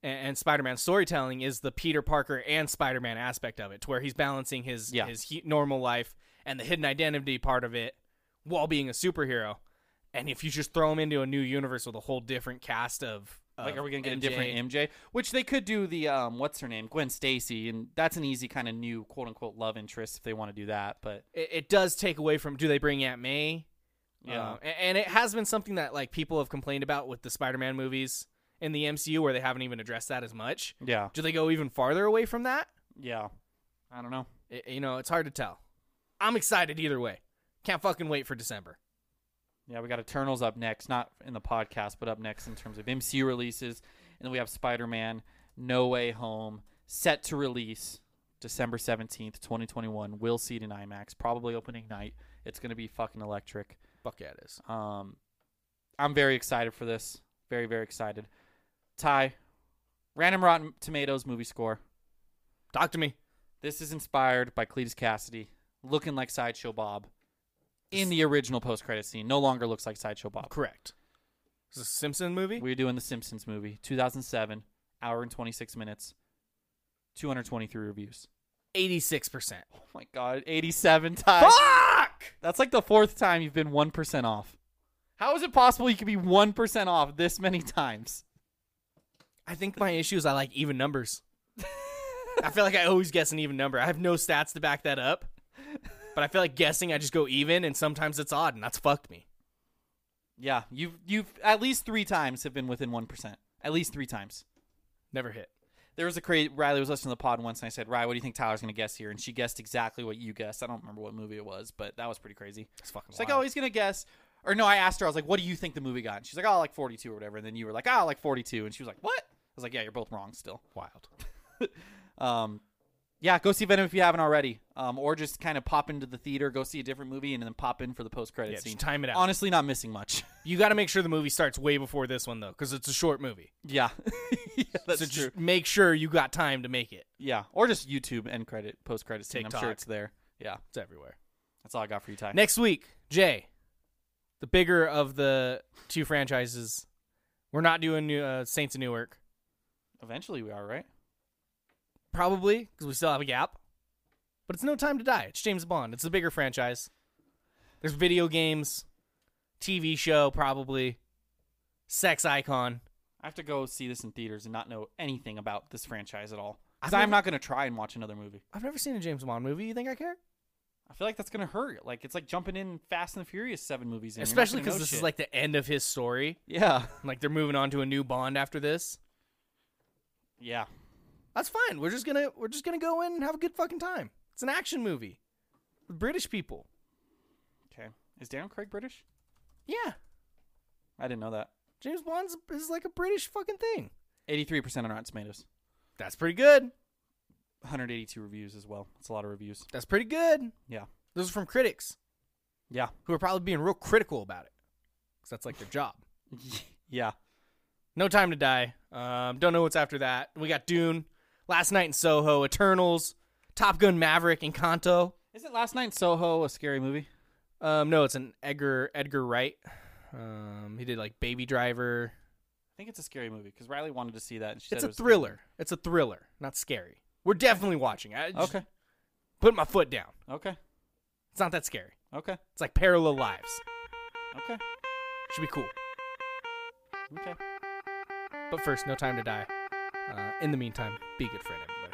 Speaker 2: a- and, and Spider-Man storytelling is the Peter Parker and Spider-Man aspect of it, to where he's balancing his
Speaker 1: Yeah.
Speaker 2: his he- normal life and the hidden identity part of it while being a superhero. And if you just throw him into a new universe with a whole different cast of
Speaker 1: Like,
Speaker 2: of
Speaker 1: are we gonna get
Speaker 2: MJ.
Speaker 1: a different MJ? Which they could do the um, what's her name, Gwen Stacy, and that's an easy kind of new quote unquote love interest if they want to do that. But
Speaker 2: it, it does take away from do they bring Aunt May?
Speaker 1: Yeah.
Speaker 2: Uh, a- and it has been something that like people have complained about with the Spider-Man movies in the MCU where they haven't even addressed that as much.
Speaker 1: yeah,
Speaker 2: Do they go even farther away from that?
Speaker 1: yeah, I don't know.
Speaker 2: I- you know, it's hard to tell. I'm excited either way. Can't fucking wait for December.
Speaker 1: Yeah, we got Eternals up next, not in the podcast, but up next in terms of MCU releases, and then we have Spider Man No Way Home set to release December seventeenth, twenty twenty one. We'll see it in IMAX, probably opening night. It's gonna be fucking electric.
Speaker 2: Fuck yeah, it is.
Speaker 1: Um, I'm very excited for this. Very, very excited. Ty, random Rotten Tomatoes movie score.
Speaker 2: Talk to me.
Speaker 1: This is inspired by Cletus Cassidy looking like Sideshow Bob in the original post credit scene. No longer looks like Sideshow Bob.
Speaker 2: Correct. Is this a Simpson movie?
Speaker 1: We're doing the Simpsons movie, 2007, hour and 26 minutes, 223 reviews.
Speaker 2: 86%.
Speaker 1: Oh my god, 87 Ty.
Speaker 2: Fuck!
Speaker 1: That's like the fourth time you've been 1% off. How is it possible you could be 1% off this many <laughs> times?
Speaker 2: I think my issue is I like even numbers. I feel like I always guess an even number. I have no stats to back that up, but I feel like guessing I just go even, and sometimes it's odd, and that's fucked me.
Speaker 1: Yeah, you've you've at least three times have been within one percent. At least three times.
Speaker 2: Never hit.
Speaker 1: There was a crazy Riley was listening to the pod once, and I said, "Riley, what do you think Tyler's gonna guess here?" And she guessed exactly what you guessed. I don't remember what movie it was, but that was pretty crazy.
Speaker 2: It's fucking.
Speaker 1: It's like,
Speaker 2: wild.
Speaker 1: "Oh, he's gonna guess," or no? I asked her, I was like, "What do you think the movie got?" And she's like, "Oh, like forty-two or whatever." And then you were like, "Oh, like forty-two," and she was like, "What?" I was like, "Yeah, you're both wrong still."
Speaker 2: wild.
Speaker 1: <laughs> Um, yeah, go see Venom if you haven't already, um, or just kind of pop into the theater, go see a different movie, and then pop in for the post credit
Speaker 2: Yeah, just
Speaker 1: scene.
Speaker 2: time it out.
Speaker 1: Honestly, not missing much. <laughs>
Speaker 2: You got to make sure the movie starts way before this one though, because it's a short movie.
Speaker 1: yeah. <laughs> Yeah, that's
Speaker 2: so
Speaker 1: true.
Speaker 2: just make sure you got time to make it.
Speaker 1: Yeah, or just YouTube end credit, post credit scene. I'm sure
Speaker 2: TikTok.
Speaker 1: it's there. Yeah,
Speaker 2: It's everywhere.
Speaker 1: that's all I got for you, Ty.
Speaker 2: Next week, Jay, the bigger of the two franchises, we're not doing new, uh, Saints of Newark
Speaker 1: Eventually, we are right.
Speaker 2: probably because we still have a gap. But it's no time to die. It's James Bond. It's the bigger franchise. There's video games, TV show probably, sex icon.
Speaker 1: I have to go see this in theaters and not know anything about this franchise at all.
Speaker 2: I've
Speaker 1: Because
Speaker 2: never-
Speaker 1: I'm not going to try and watch another movie.
Speaker 2: I've never seen a James Bond movie. You think I care?
Speaker 1: I feel like that's going to hurt. Like it's like jumping in Fast and the Furious seven movies. In. You're not
Speaker 2: Especially
Speaker 1: gonna
Speaker 2: because
Speaker 1: know
Speaker 2: this is
Speaker 1: shit.
Speaker 2: like the end of his story.
Speaker 1: yeah,
Speaker 2: Like they're moving on to a new Bond after this.
Speaker 1: yeah.
Speaker 2: That's fine. We're just gonna we're just gonna go in and have a good fucking time. It's an action movie with British people.
Speaker 1: Okay, is Daniel Craig British?
Speaker 2: Yeah,
Speaker 1: I didn't know that.
Speaker 2: James Bond's is like a British fucking thing.
Speaker 1: Eighty-three percent on Rotten Tomatoes.
Speaker 2: That's pretty good.
Speaker 1: 182 reviews as well. That's a lot of reviews.
Speaker 2: That's pretty good.
Speaker 1: Yeah,
Speaker 2: Those are from critics.
Speaker 1: yeah, <laughs>
Speaker 2: who are probably being real critical about it because that's like their job.
Speaker 1: yeah.
Speaker 2: No Time to Die. Um, don't know what's after that. We got Dune, Last Night in Soho, Eternals, Top Gun Maverick, and Kanto.
Speaker 1: Isn't Last Night in Soho a scary movie?
Speaker 2: Um, no, it's an Edgar Edgar Wright. Um, he did like Baby Driver.
Speaker 1: I think it's a scary movie because Riley wanted to see that. And she said
Speaker 2: it's a
Speaker 1: it was
Speaker 2: thriller. It's a thriller, not scary. We're definitely watching. I just
Speaker 1: Okay,
Speaker 2: Put my foot down.
Speaker 1: okay,
Speaker 2: It's not that scary.
Speaker 1: okay,
Speaker 2: It's like Parallel Lives.
Speaker 1: okay,
Speaker 2: Should be cool.
Speaker 1: okay.
Speaker 2: But first, No Time to Die. Uh, in the meantime, be a good friend, everybody.